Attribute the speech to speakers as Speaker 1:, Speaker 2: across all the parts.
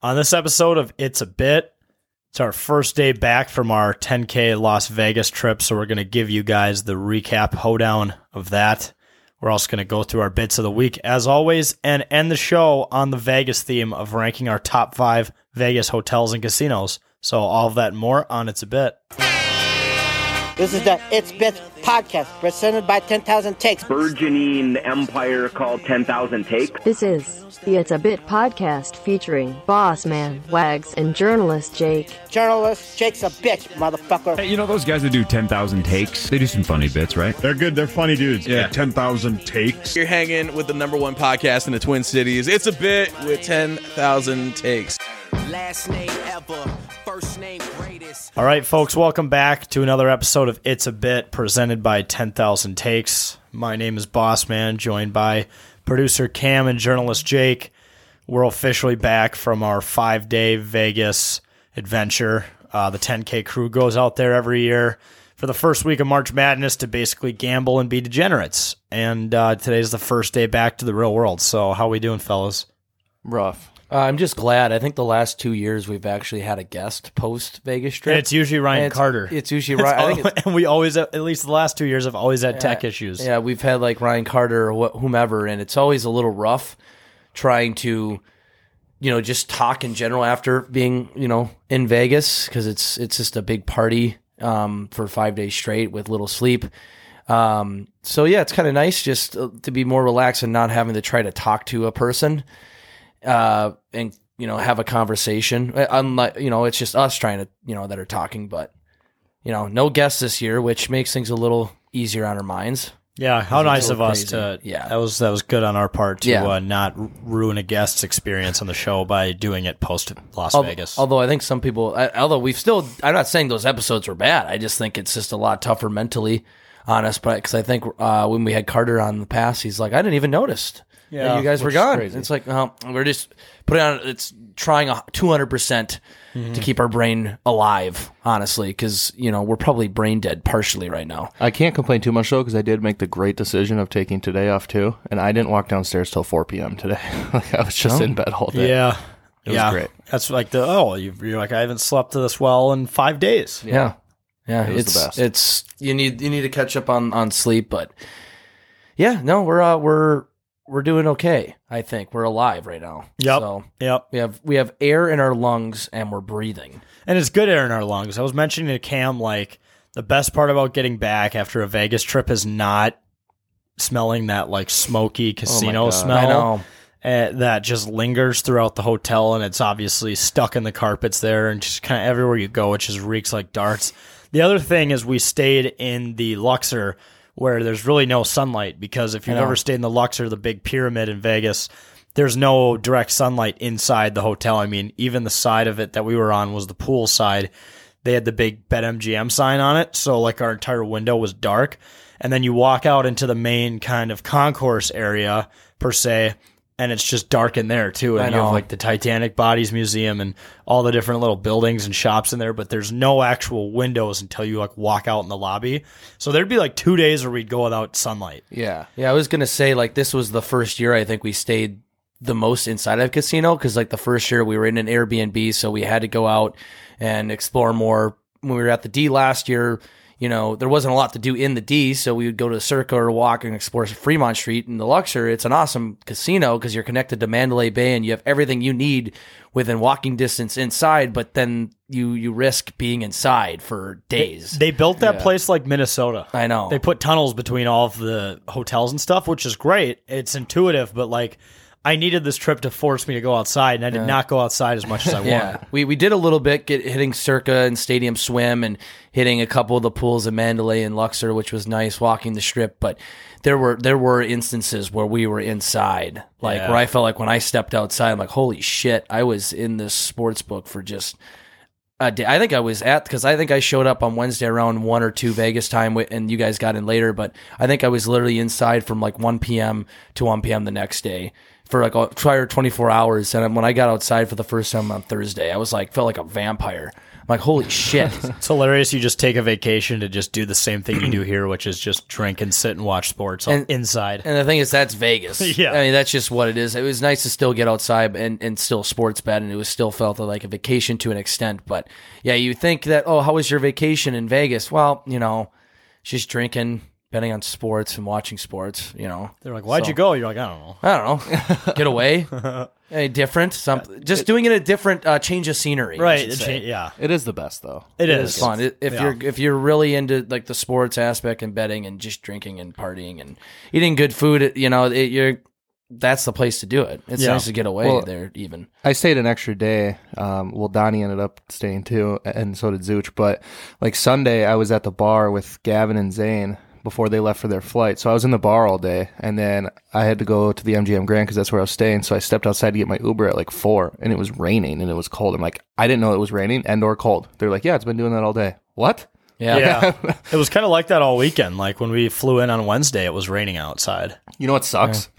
Speaker 1: On this episode of It's a Bit, it's our first day back from our 10K Las Vegas trip, so we're going to give you guys the recap hoedown of that. We're also going to go through our bits of the week, as always, and end the show on the Vegas theme of ranking our top five Vegas hotels and casinos. So, all of that and more on It's a Bit.
Speaker 2: This is the It's Bits podcast presented by 10,000 Takes.
Speaker 3: burgeoning empire called 10,000 Takes.
Speaker 4: This is the It's a Bit podcast featuring Boss Man, Wags, and journalist Jake.
Speaker 2: Journalist Jake's a bitch, motherfucker.
Speaker 5: Hey, you know those guys that do 10,000 takes? They do some funny bits, right?
Speaker 6: They're good. They're funny dudes.
Speaker 5: Yeah.
Speaker 6: At 10,000 takes.
Speaker 7: You're hanging with the number one podcast in the Twin Cities. It's a bit with 10,000 takes.
Speaker 8: Last name ever, first name greatest.
Speaker 1: All right, folks, welcome back to another episode of It's a Bit presented by 10,000 Takes. My name is Boss Man, joined by producer Cam and journalist Jake. We're officially back from our five day Vegas adventure. Uh, the 10K crew goes out there every year for the first week of March Madness to basically gamble and be degenerates. And uh, today's the first day back to the real world. So, how we doing, fellas?
Speaker 9: rough. Uh, I'm just glad. I think the last two years we've actually had a guest post Vegas trip.
Speaker 1: And it's usually Ryan
Speaker 9: And it's-
Speaker 1: Carter.
Speaker 9: It's usually Ryan. I think it's-
Speaker 1: and we always, at least the last two years, have always had tech issues.
Speaker 9: yeah, we've had like Ryan Carter or wh- whomever, and it's always a little rough trying to, you know, just talk in general after being, you know, in Vegas because it's it's just a big party um, for five days straight with little sleep. Um, so yeah, it's kind of nice just uh, to be more relaxed and not having to try to talk to a person. uh, and you know have a conversation. Uh, Unlike you know, it's just us trying to you know that are talking, but you know, no guests this year, which makes things a little easier on our minds.
Speaker 1: Yeah, how nice of us
Speaker 9: crazy.
Speaker 1: to.
Speaker 9: Yeah.
Speaker 1: that was that was good on our part to
Speaker 9: Yeah.
Speaker 1: uh, not r- ruin a guest's experience on the show by doing it post Las
Speaker 9: Although,
Speaker 1: Vegas.
Speaker 9: although I think some people, I, although we've still, I'm not saying those episodes were bad. I just think it's just a lot tougher mentally on us. But because I think uh, when we had Carter on the past, he's like, I didn't even notice. Yeah, you guys were gone. It's like, well, we're just putting on. It's trying two hundred percent to keep our brain alive, honestly, because you know we're probably brain dead partially right now.
Speaker 10: I can't complain too much though, because I did make the great decision of taking today off too, and I didn't walk downstairs till 4 p.m. today. like I was
Speaker 9: Oh.
Speaker 10: just in bed all day.
Speaker 1: yeah,
Speaker 10: was
Speaker 1: yeah,
Speaker 10: great.
Speaker 1: That's like the oh, you- you're like I haven't slept this well in five days.
Speaker 9: Yeah. Yeah,
Speaker 10: It was the
Speaker 9: it's
Speaker 10: best.
Speaker 9: it's you need you need to catch up on on sleep, but yeah, no, we're uh, we're we're doing okay. I think we're alive right now.
Speaker 1: Yep.
Speaker 9: So
Speaker 1: Yep,
Speaker 9: we have we have air in our lungs and we're breathing.
Speaker 1: and it's good air in our lungs. I was mentioning to Cam like the best part about getting back after a Vegas trip is not smelling that like smoky casino
Speaker 10: God.
Speaker 1: smell.
Speaker 9: Oh I know.
Speaker 1: uh, that just lingers throughout the hotel and it's obviously stuck in the carpets there and just kind of everywhere you go it just reeks like darts the other thing is we stayed in the luxor where there's really no sunlight because if you've ever stayed in the luxor the big pyramid in vegas there's no direct sunlight inside the hotel i mean even the side of it that we were on was the pool side they had the big BetMGM sign on it, so like our entire window was dark. And then you walk out into the main kind of concourse area per se, and it's just dark in there too. And
Speaker 9: I
Speaker 1: you have
Speaker 9: know.
Speaker 1: like the Titanic Bodies Museum and all the different little buildings and shops in there, but there's no actual windows until you like walk out in the lobby. So there'd be like two days where we'd go without sunlight.
Speaker 10: Yeah.
Speaker 9: Yeah, I was gonna say like this was the first year I think we stayed the most inside of a casino because like the first year we were in an Airbnb, so we had to go out and explore more. When we were at the D last year, you know there wasn't a lot to do in the D, so we would go to the Circa or walk and explore Fremont Street and the Luxor. It's an awesome casino because you're connected to Mandalay Bay and you have everything you need within walking distance inside, but then you you risk being inside for days.
Speaker 1: They built that place like Minnesota.
Speaker 9: I know.
Speaker 1: They put tunnels between all of the hotels and stuff, which is great. It's intuitive, but like I needed this trip to force me to go outside, and I did not go outside as much as I wanted.
Speaker 9: Yeah, we, we did a little bit get hitting Circa and Stadium Swim and hitting a couple of the pools in Mandalay and Luxor, which was nice walking the strip. But there were there were instances where we were inside, like
Speaker 1: Yeah.
Speaker 9: where I felt like when I stepped outside, I'm like, holy shit, I was in this sports book for just. A day. I think I was at because I think I showed up on Wednesday around one or two Vegas time, wi- and you guys got in later. But I think I was literally inside from like one p.m. to one p.m. the next day for like a prior 24 hours. And when I got outside for the first time on Thursday, I was like, felt like a vampire. I'm like, holy shit.
Speaker 1: It's hilarious. You just take a vacation to just do the same thing you do here, which is just drink and sit and watch sports on-
Speaker 9: And-
Speaker 1: inside.
Speaker 9: And the thing is, that's Vegas.
Speaker 1: Yeah.
Speaker 9: I mean, that's just what it is. It was nice to still get outside and, and still sports bet, and it was still felt like a vacation to an extent. But yeah, you think that, oh, how was your vacation in Vegas? Well, you know, just drinking, betting on sports, and watching sports, you know.
Speaker 1: They're like, "Why'd
Speaker 9: So-
Speaker 1: you go?" You're like, "I don't know."
Speaker 9: I don't know. Get away. Any different? Something. Just doing it a different uh, change of scenery. I
Speaker 1: Uh, Right?
Speaker 9: should
Speaker 1: it
Speaker 9: say.
Speaker 1: cha- yeah,
Speaker 10: It is the best though.
Speaker 1: it
Speaker 9: It
Speaker 1: is.
Speaker 9: is fun It- if
Speaker 1: Yeah.
Speaker 9: you're if you're really into like the sports aspect and betting and just drinking and partying and eating good food. it- You know, it, you're that's the place to do it. It's
Speaker 1: Yeah.
Speaker 9: nice to get away
Speaker 10: Well-
Speaker 9: there even.
Speaker 10: I stayed an extra day. Um, well, Donnie ended up staying too, and so did Zooch. But like Sunday, I was at the bar with Gavin and Zane before they left for their flight. So I was in the bar all day, and then I had to go to the MGM Grand because that's where I was staying. So I stepped outside to get my Uber at like four, and it was raining and it was cold. I'm like, I didn't know it was raining and or cold. They're like, Yeah, it's been doing that all day. What?
Speaker 9: Yeah.
Speaker 1: Yeah, it was kind of like that all weekend. Like when we flew in on Wednesday, it was raining outside.
Speaker 10: You know what sucks?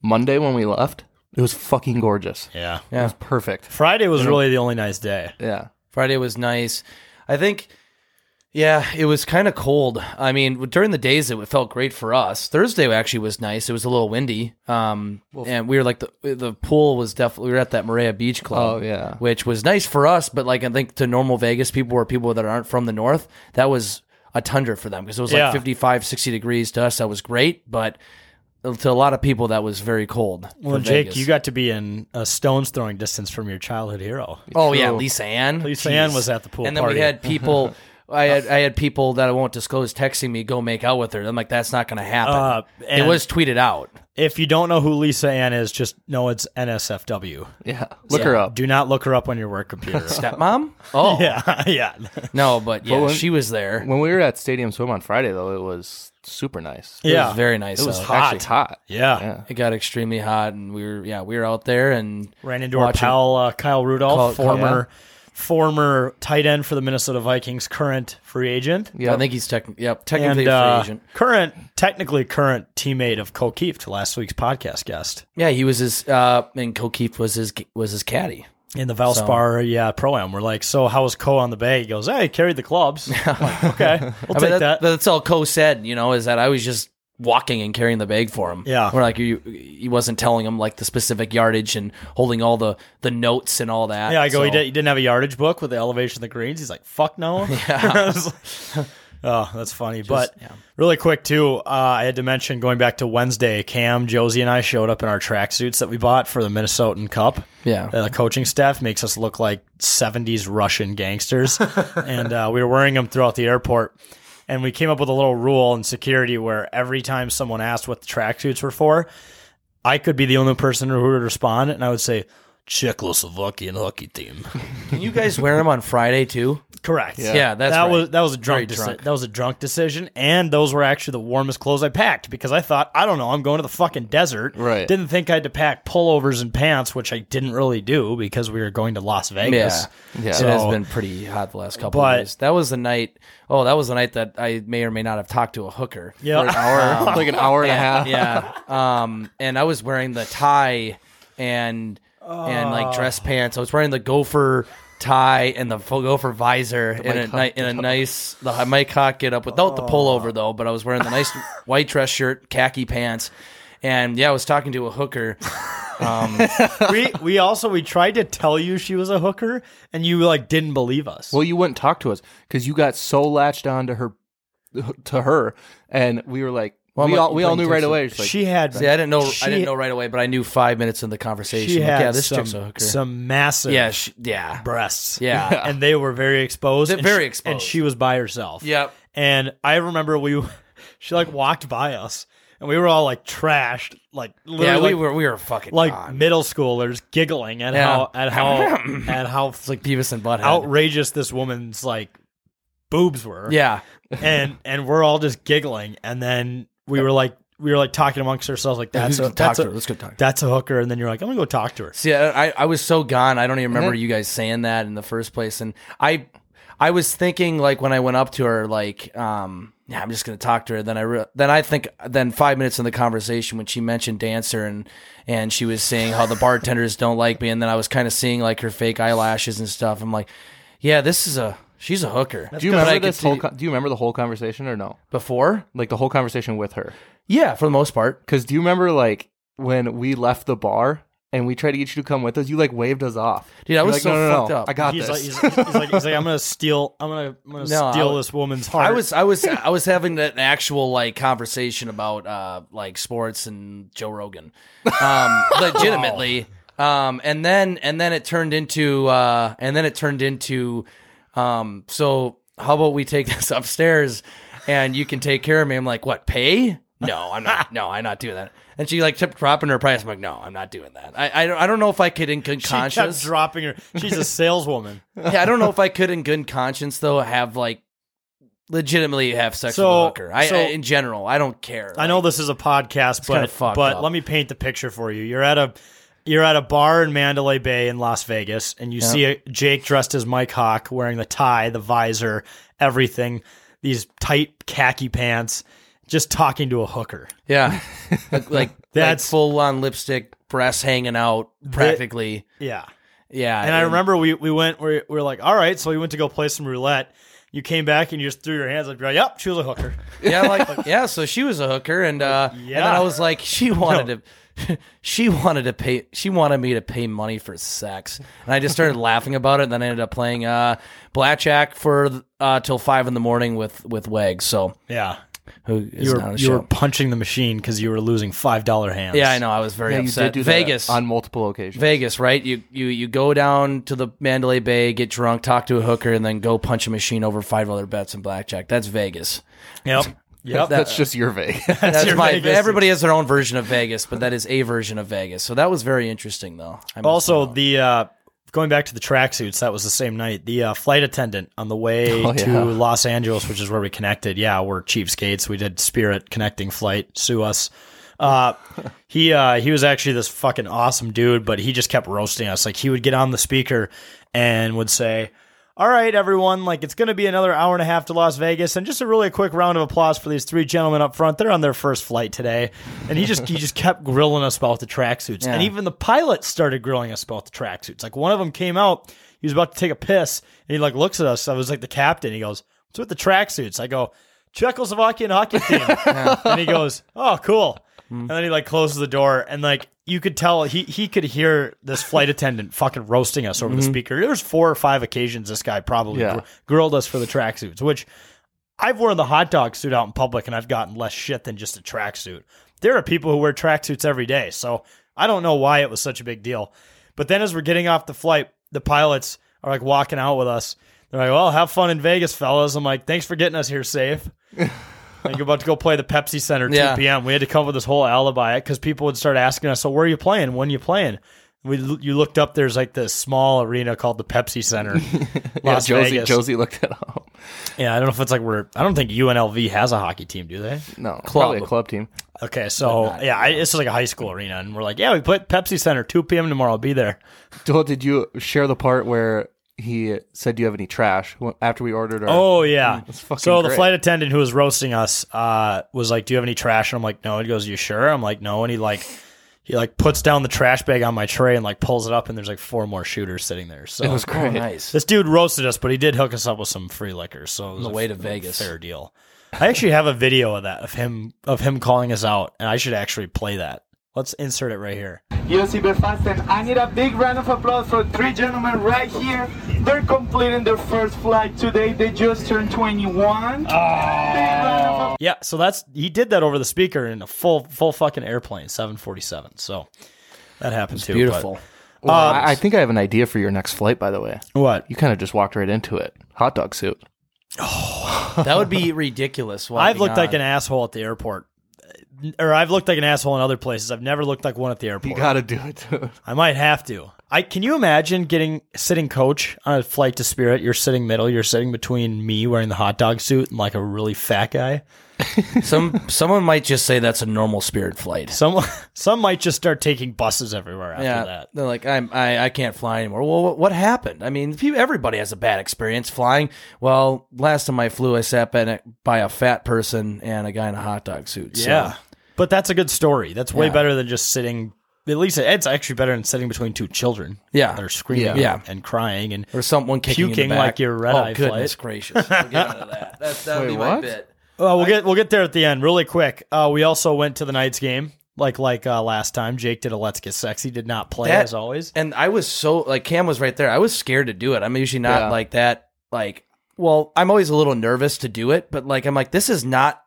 Speaker 10: Monday when we left, it was fucking gorgeous.
Speaker 1: Yeah,
Speaker 10: It was perfect.
Speaker 1: Friday was really the only nice day.
Speaker 10: Yeah.
Speaker 9: Friday was nice. I think. Yeah, it was kind of cold. I mean, during the days it felt great for us. Thursday actually was nice. It was a little windy, um, and we were like the the pool was definitely we were at that Marea Beach Club.
Speaker 10: Oh, yeah.
Speaker 9: which was nice for us. But like I think to normal Vegas people or people that aren't from the north, that was a tundra for them because it was
Speaker 1: Yeah.
Speaker 9: like 55, 60 degrees to us. That was great, but to a lot of people that was very cold.
Speaker 1: Well,
Speaker 9: for
Speaker 1: and Jake,
Speaker 9: Vegas.
Speaker 1: you got to be in a stone's throwing distance from your childhood hero.
Speaker 9: Oh yeah, Lisa Ann.
Speaker 1: Lisa Ann was at the pool
Speaker 9: and then
Speaker 1: party.
Speaker 9: we had people. I had I had people that I won't disclose texting me go make out with her. I'm like, that's not going to happen.
Speaker 1: Uh,
Speaker 9: it
Speaker 1: and-
Speaker 9: was tweeted out.
Speaker 1: If you don't know who Lisa Ann is, just know it's NSFW.
Speaker 10: Yeah. Look her up.
Speaker 1: Do not look her up on your work computer.
Speaker 9: Stepmom? Oh
Speaker 1: yeah, yeah.
Speaker 9: no, but yeah,
Speaker 10: when-
Speaker 9: she was there.
Speaker 10: When we were at Stadium Swim on Friday, though, it was super nice.
Speaker 9: it
Speaker 1: Yeah.
Speaker 9: was very nice.
Speaker 10: It was
Speaker 9: out.
Speaker 10: actually hot.
Speaker 1: Yeah.
Speaker 10: Yeah.
Speaker 9: It got extremely hot, and we were yeah we were out there and
Speaker 1: Ran into
Speaker 9: watching-
Speaker 1: our pal uh, Kyle Rudolph,
Speaker 9: Kyle- Kyle,
Speaker 1: former former tight end for the Minnesota Vikings, current free agent.
Speaker 10: Yep.
Speaker 9: I think he's technically yep
Speaker 1: And
Speaker 9: technically a free
Speaker 1: uh,
Speaker 9: agent.
Speaker 1: current, technically current teammate of Cole Keeft, last week's podcast guest
Speaker 9: Yeah, he was his uh and Kokeef was his was his caddy.
Speaker 1: in the Valspar, yeah, pro am. We're like, so how was Cole on the bay? He goes, hey, he carried the clubs. I'm like, okay, we'll
Speaker 9: I
Speaker 1: take
Speaker 9: mean,
Speaker 1: that.
Speaker 9: That's all Co said, you know, is that I was just walking and carrying the bag for him.
Speaker 1: Yeah.
Speaker 9: We're like, you, he wasn't telling him like the specific yardage and holding all the, the notes and all that.
Speaker 1: yeah, I go.
Speaker 9: So-
Speaker 1: He, did, he didn't have a yardage book with the elevation of the greens. He's like, "Fuck no." I was like, oh, that's funny. but really quick too, uh, I had to mention going back to Wednesday. Cam, Josie, and I showed up in our tracksuits that we bought for the Minnesotan Cup.
Speaker 9: Yeah.
Speaker 1: Uh, the coaching staff makes us look like '70s Russian gangsters, and uh, we were wearing them throughout the airport. And we came up with a little rule in security where every time someone asked what the tracksuits were for, I could be the only person who would respond, and I would say Czechoslovakian hockey team.
Speaker 9: Can you guys wear them on Friday too?
Speaker 1: Correct.
Speaker 9: Yeah, that's
Speaker 1: that
Speaker 9: right.
Speaker 1: was that was a drunk,
Speaker 9: Very
Speaker 1: deci-
Speaker 9: drunk.
Speaker 1: that was a drunk decision, and those were actually the warmest clothes I packed because I thought I don't know I'm going to the fucking desert.
Speaker 10: Right.
Speaker 1: Didn't think I had to pack pullovers and pants, which I didn't really do because we were going to Las Vegas.
Speaker 10: Yeah.
Speaker 9: it has
Speaker 1: So-
Speaker 9: been pretty hot the last couple
Speaker 1: But-
Speaker 9: of days. That was the night. Oh, that was the night that I may or may not have talked to a hooker.
Speaker 1: Yeah.
Speaker 9: for an hour.
Speaker 10: like an hour and a half.
Speaker 9: yeah. Um, and I was wearing the tie and and like dress
Speaker 1: Oh.
Speaker 9: pants. I was wearing the gopher tie and the fo- gopher visor in a ni- in a nice the hi- Mike Hawk get up without the pullover though. But I was wearing the nice white dress shirt, khaki pants, and yeah, I was talking to a hooker.
Speaker 1: we we also we tried to tell you she was a hooker, and you like didn't believe us.
Speaker 10: Well, you wouldn't talk to us because you got so latched on to her, to her, and we were like,
Speaker 9: I'm
Speaker 10: we
Speaker 9: like,
Speaker 10: all we all
Speaker 9: playing
Speaker 10: knew right
Speaker 9: Texas.
Speaker 10: away. She's like,
Speaker 1: she had.
Speaker 9: See, I didn't know
Speaker 1: She-
Speaker 9: I didn't know right away, but I knew five minutes in the conversation.
Speaker 1: She
Speaker 9: like,
Speaker 1: had
Speaker 9: yeah, this
Speaker 1: some,
Speaker 9: chick's a hooker.
Speaker 1: some massive
Speaker 9: yeah, she, yeah,
Speaker 1: breasts.
Speaker 9: yeah.
Speaker 1: and they were very exposed.
Speaker 9: They're
Speaker 1: and
Speaker 9: very
Speaker 1: she-
Speaker 9: exposed.
Speaker 1: and she was by herself.
Speaker 9: Yep.
Speaker 1: And I remember we, she like walked by us, and we were all like trashed, like literally
Speaker 9: Yeah, we
Speaker 1: like,
Speaker 9: were we were fucking
Speaker 1: like
Speaker 9: on.
Speaker 1: middle schoolers giggling at
Speaker 9: Yeah.
Speaker 1: how at how at how
Speaker 9: It's like Beavis and Butthead.
Speaker 1: outrageous this woman's like boobs were.
Speaker 9: yeah,
Speaker 1: and and we're all just giggling, and then we were like we were like talking amongst ourselves like
Speaker 9: Yeah,
Speaker 1: that's
Speaker 9: who's
Speaker 1: a,
Speaker 9: gonna talk
Speaker 1: that's
Speaker 9: to
Speaker 1: a-
Speaker 9: her? Let's go talk to her.
Speaker 1: That's a hooker, and then you're like I'm gonna go talk to her.
Speaker 9: See, I, I- I was so gone. I don't even
Speaker 1: Uh-huh.
Speaker 9: remember you guys saying that in the first place. And I, I was thinking like when I went up to her, like, um, yeah, I'm just gonna talk to her. Then I re- then I think then five minutes in the conversation when she mentioned dancer and and she was saying how the bartenders don't like me, and then I was kind of seeing like her fake eyelashes and stuff. I'm like, yeah, this is a she's a hooker.
Speaker 10: Do you
Speaker 9: But I
Speaker 10: remember
Speaker 9: could
Speaker 10: this whole?
Speaker 9: see-
Speaker 10: Con- do you remember the whole conversation or no?
Speaker 9: before?
Speaker 10: Like the whole conversation with her.
Speaker 9: Yeah, for the most part.
Speaker 10: Because do you remember like when we left the bar and we tried to get you to come with us? You like waved us off.
Speaker 9: Dude, I
Speaker 10: You're
Speaker 9: was
Speaker 10: like,
Speaker 9: so
Speaker 10: no, no, no,
Speaker 9: fucked up.
Speaker 10: I got
Speaker 1: He's
Speaker 10: this.
Speaker 1: like, he's, he's like, he's like, I'm gonna steal, I'm gonna, I'm gonna
Speaker 9: No, I
Speaker 1: steal
Speaker 9: was-
Speaker 1: this woman's heart.
Speaker 9: I was I was I was having an actual like conversation about uh like sports and Joe Rogan. Um legitimately. Um and then and then it turned into uh and then it turned into um so how about we take this upstairs and you can take care of me. I'm like, "What? Pay?" No, I'm not. No, I'm not doing that. And she like kept dropping her price. I'm like, "No, I'm not doing that." I I don't, I don't know if I could in good
Speaker 1: she kept
Speaker 9: conscience.
Speaker 1: dropping her. She's a saleswoman.
Speaker 9: yeah, I don't know if I could in good conscience though have like legitimately have sex
Speaker 1: So-
Speaker 9: with a hooker. I,
Speaker 1: so-
Speaker 9: I- in general, I don't care.
Speaker 1: I know this is a podcast,
Speaker 9: kinda
Speaker 1: but
Speaker 9: fucked
Speaker 1: but
Speaker 9: up.
Speaker 1: let me paint the picture for you. You're at a you're at a bar in Mandalay Bay in Las Vegas, and you see a, Jake dressed as Mike Hawk, wearing the tie, the visor, everything, these tight khaki pants, just talking to a hooker.
Speaker 9: Yeah, like, like
Speaker 1: That's-
Speaker 9: that's full on lipstick, breasts hanging out, practically.
Speaker 1: Yeah,
Speaker 9: yeah,
Speaker 1: and I remember we we went we, we were like, all right, so we went to go play some roulette. You came back and you just threw your hands up. You're like, yep, she was a hooker.
Speaker 9: yeah, like yeah. So she was a hooker, and uh, and then I was like, she wanted to, she wanted to pay, she wanted me to pay money for sex, and I just started laughing about it. And then I ended up playing uh, blackjack for uh, till five in the morning with with Weg. So
Speaker 1: Yeah,
Speaker 9: who is
Speaker 1: you
Speaker 9: not
Speaker 1: were
Speaker 9: a
Speaker 1: you were
Speaker 9: show.
Speaker 1: punching the machine because you were losing five dollar hands.
Speaker 9: Yeah, I know. I was very
Speaker 10: yeah, you
Speaker 9: upset.
Speaker 10: did do that
Speaker 9: Vegas
Speaker 10: on multiple occasions.
Speaker 9: Vegas, right? You you you go down to the Mandalay Bay, get drunk, talk to a hooker, and then go punch a machine over five other bets in blackjack. That's Vegas.
Speaker 1: Yep. Yep.
Speaker 10: That's just your Vegas.
Speaker 9: That's,
Speaker 1: your
Speaker 9: my.
Speaker 1: Vegas.
Speaker 9: Everybody has their own version of Vegas, but that is a version of Vegas. So that was very interesting, though. I must
Speaker 1: Also,
Speaker 9: admit.
Speaker 1: the uh, going back to the tracksuits, that was the same night. The uh, flight attendant on the way
Speaker 10: Oh, yeah.
Speaker 1: to Los Angeles, which is where we connected. Yeah, we're cheapskates. We did Spirit connecting flight. Sue us. Uh, he uh, he was actually this fucking awesome dude, but he just kept roasting us. Like he would get on the speaker and would say. All right, everyone. Like it's going to be another hour and a half to Las Vegas, and just a really quick round of applause for these three gentlemen up front. They're on their first flight today, and he just he just kept grilling us about the tracksuits, and even the pilot started grilling us about the tracksuits. Like one of them came out, he was about to take a piss, and he like looks at us. I was like the captain. He goes, "What's with the tracksuits?" I go, "Czechoslovakian hockey team," and he goes, "Oh, cool." And then he like closes the door, and like you could tell he he could hear this flight attendant fucking roasting us over the speaker. There's four or five occasions this guy probably
Speaker 10: Yeah.
Speaker 1: gr- grilled us for the tracksuits, which I've worn the hot dog suit out in public and I've gotten less shit than just a tracksuit. There are people who wear tracksuits every day, so I don't know why it was such a big deal. But then as we're getting off the flight, the pilots are like walking out with us. They're like, "Well, have fun in Vegas, fellas." I'm like, "Thanks for getting us here safe." Like you're about to go play the Pepsi Center at 2
Speaker 9: Yeah.
Speaker 1: p.m. We had to come up with this whole alibi because people would start asking us, "So where are you playing? When are you playing?" We you looked up. There's like this small arena called the Pepsi Center,
Speaker 10: yeah,
Speaker 1: Las
Speaker 10: Josie,
Speaker 1: Vegas.
Speaker 10: Josie looked it up.
Speaker 1: Yeah, I don't know if it's like we're. I don't think UNLV has a hockey team, do they?
Speaker 10: No, probably a club team.
Speaker 1: Okay, so yeah, I, it's like a high school arena, and we're like, yeah, we put Pepsi Center 2 p.m. tomorrow. I'll be there.
Speaker 10: Joel, did you share the part where he said, "Do you have any trash?" wh- After we ordered our,
Speaker 1: Oh yeah,
Speaker 10: Mm, fucking
Speaker 1: so the
Speaker 10: great.
Speaker 1: flight attendant who was roasting us uh, was like, "Do you have any trash?" And I'm like, "No." He goes, "You sure?" I'm like, "No." And he like he like puts down the trash bag on my tray and like pulls it up, and there's like four more shooters sitting there. So
Speaker 10: it was great.
Speaker 9: Oh, nice.
Speaker 1: This dude roasted us, but he did hook us up with some free liquor. So it was
Speaker 9: On the
Speaker 1: a
Speaker 9: way to
Speaker 1: f-
Speaker 9: Vegas.
Speaker 1: fair deal. I actually have a video of that of him of him calling us out, and I should actually play that. Let's insert it right here.
Speaker 11: UFC Befasten. I need a big round of applause for three gentlemen right here. They're completing their first flight today. They just turned 21.
Speaker 1: Ah. Yeah, so that's he did that over the speaker in a full full fucking airplane, seven forty seven. So that happened too. but-
Speaker 9: Beautiful.
Speaker 10: Well,
Speaker 1: Um,
Speaker 10: I, I think I have an idea for your next flight. By the way,
Speaker 1: what?
Speaker 10: you kind of just walked right into it. Hot dog suit.
Speaker 9: that would be
Speaker 1: I've
Speaker 9: ridiculous. walking
Speaker 1: looked like
Speaker 9: on.
Speaker 1: an asshole at the airport. Or I've looked like an asshole in other places. I've never looked like one at the airport.
Speaker 10: gotta do it. Dude.
Speaker 1: I might have to. I can you imagine getting sitting coach on a flight to Spirit? You're sitting middle. You're sitting between me wearing the hot dog suit and like a really fat guy.
Speaker 9: Some someone might just say that's a normal Spirit flight.
Speaker 1: Some some might just start taking buses everywhere after
Speaker 9: yeah,
Speaker 1: that.
Speaker 9: they're like, I'm, I I can't fly anymore. Well, what, what happened? I mean, people, everybody has a bad experience flying. Well, last time I flew, I sat by, by a fat person and a guy in a hot dog suit. So.
Speaker 1: Yeah. But that's a good story. That's way
Speaker 9: Yeah.
Speaker 1: better than just sitting. At least it's actually better than sitting between two children.
Speaker 9: Yeah.
Speaker 1: They're screaming
Speaker 9: Yeah. Yeah.
Speaker 1: and crying and
Speaker 9: or someone kicking in the
Speaker 1: puking
Speaker 9: back.
Speaker 1: like your red eye
Speaker 9: Oh, goodness
Speaker 1: flight.
Speaker 9: gracious! We'll get out of that. That's that'll
Speaker 10: Wait,
Speaker 9: be my
Speaker 10: what?
Speaker 9: bit.
Speaker 1: Oh, we'll get we'll get there at the end really quick. Uh, we also went to the Knights game like like uh, last time. Jake did a Let's Get Sexy. Did not play
Speaker 9: That-
Speaker 1: as always.
Speaker 9: And I was so like Cam was right there. I was scared to do it. I'm usually not
Speaker 10: Yeah.
Speaker 9: like that. Like, well, I'm always a little nervous to do it, but like I'm like this is not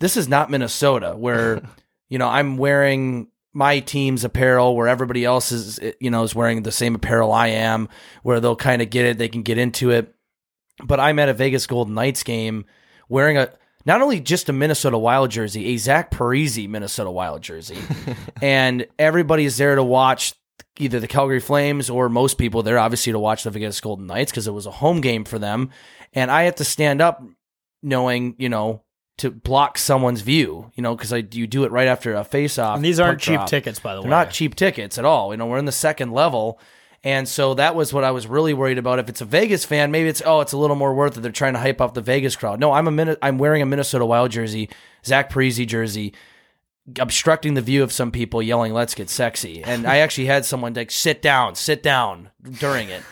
Speaker 9: this is not Minnesota where you know I'm wearing my team's apparel where everybody else is eh, you know is wearing the same apparel I am where they'll kind of get it they can get into it but I'm at a Vegas Golden Knights game wearing a not only just a Minnesota Wild jersey, a Zach Parisi Minnesota Wild jersey, and everybody's there to watch either the Calgary Flames or most people there obviously to watch the Vegas Golden Knights because it was a home game for them, and I had to stand up knowing you know to block someone's view you know because I you do it right after a face off
Speaker 1: And these aren't cheap tickets, by the way.
Speaker 9: they're not cheap tickets at all. You know, we're in the second level. And so that was what I was really worried about. If it's a Vegas fan, maybe it's oh, it's a little more worth it. They're trying to hype up the Vegas crowd. No, I'm a Min- I'm wearing a Minnesota Wild jersey, Zach Parisi jersey, obstructing the view of some people, yelling "Let's get sexy." And I actually had someone like sit down, sit down during it.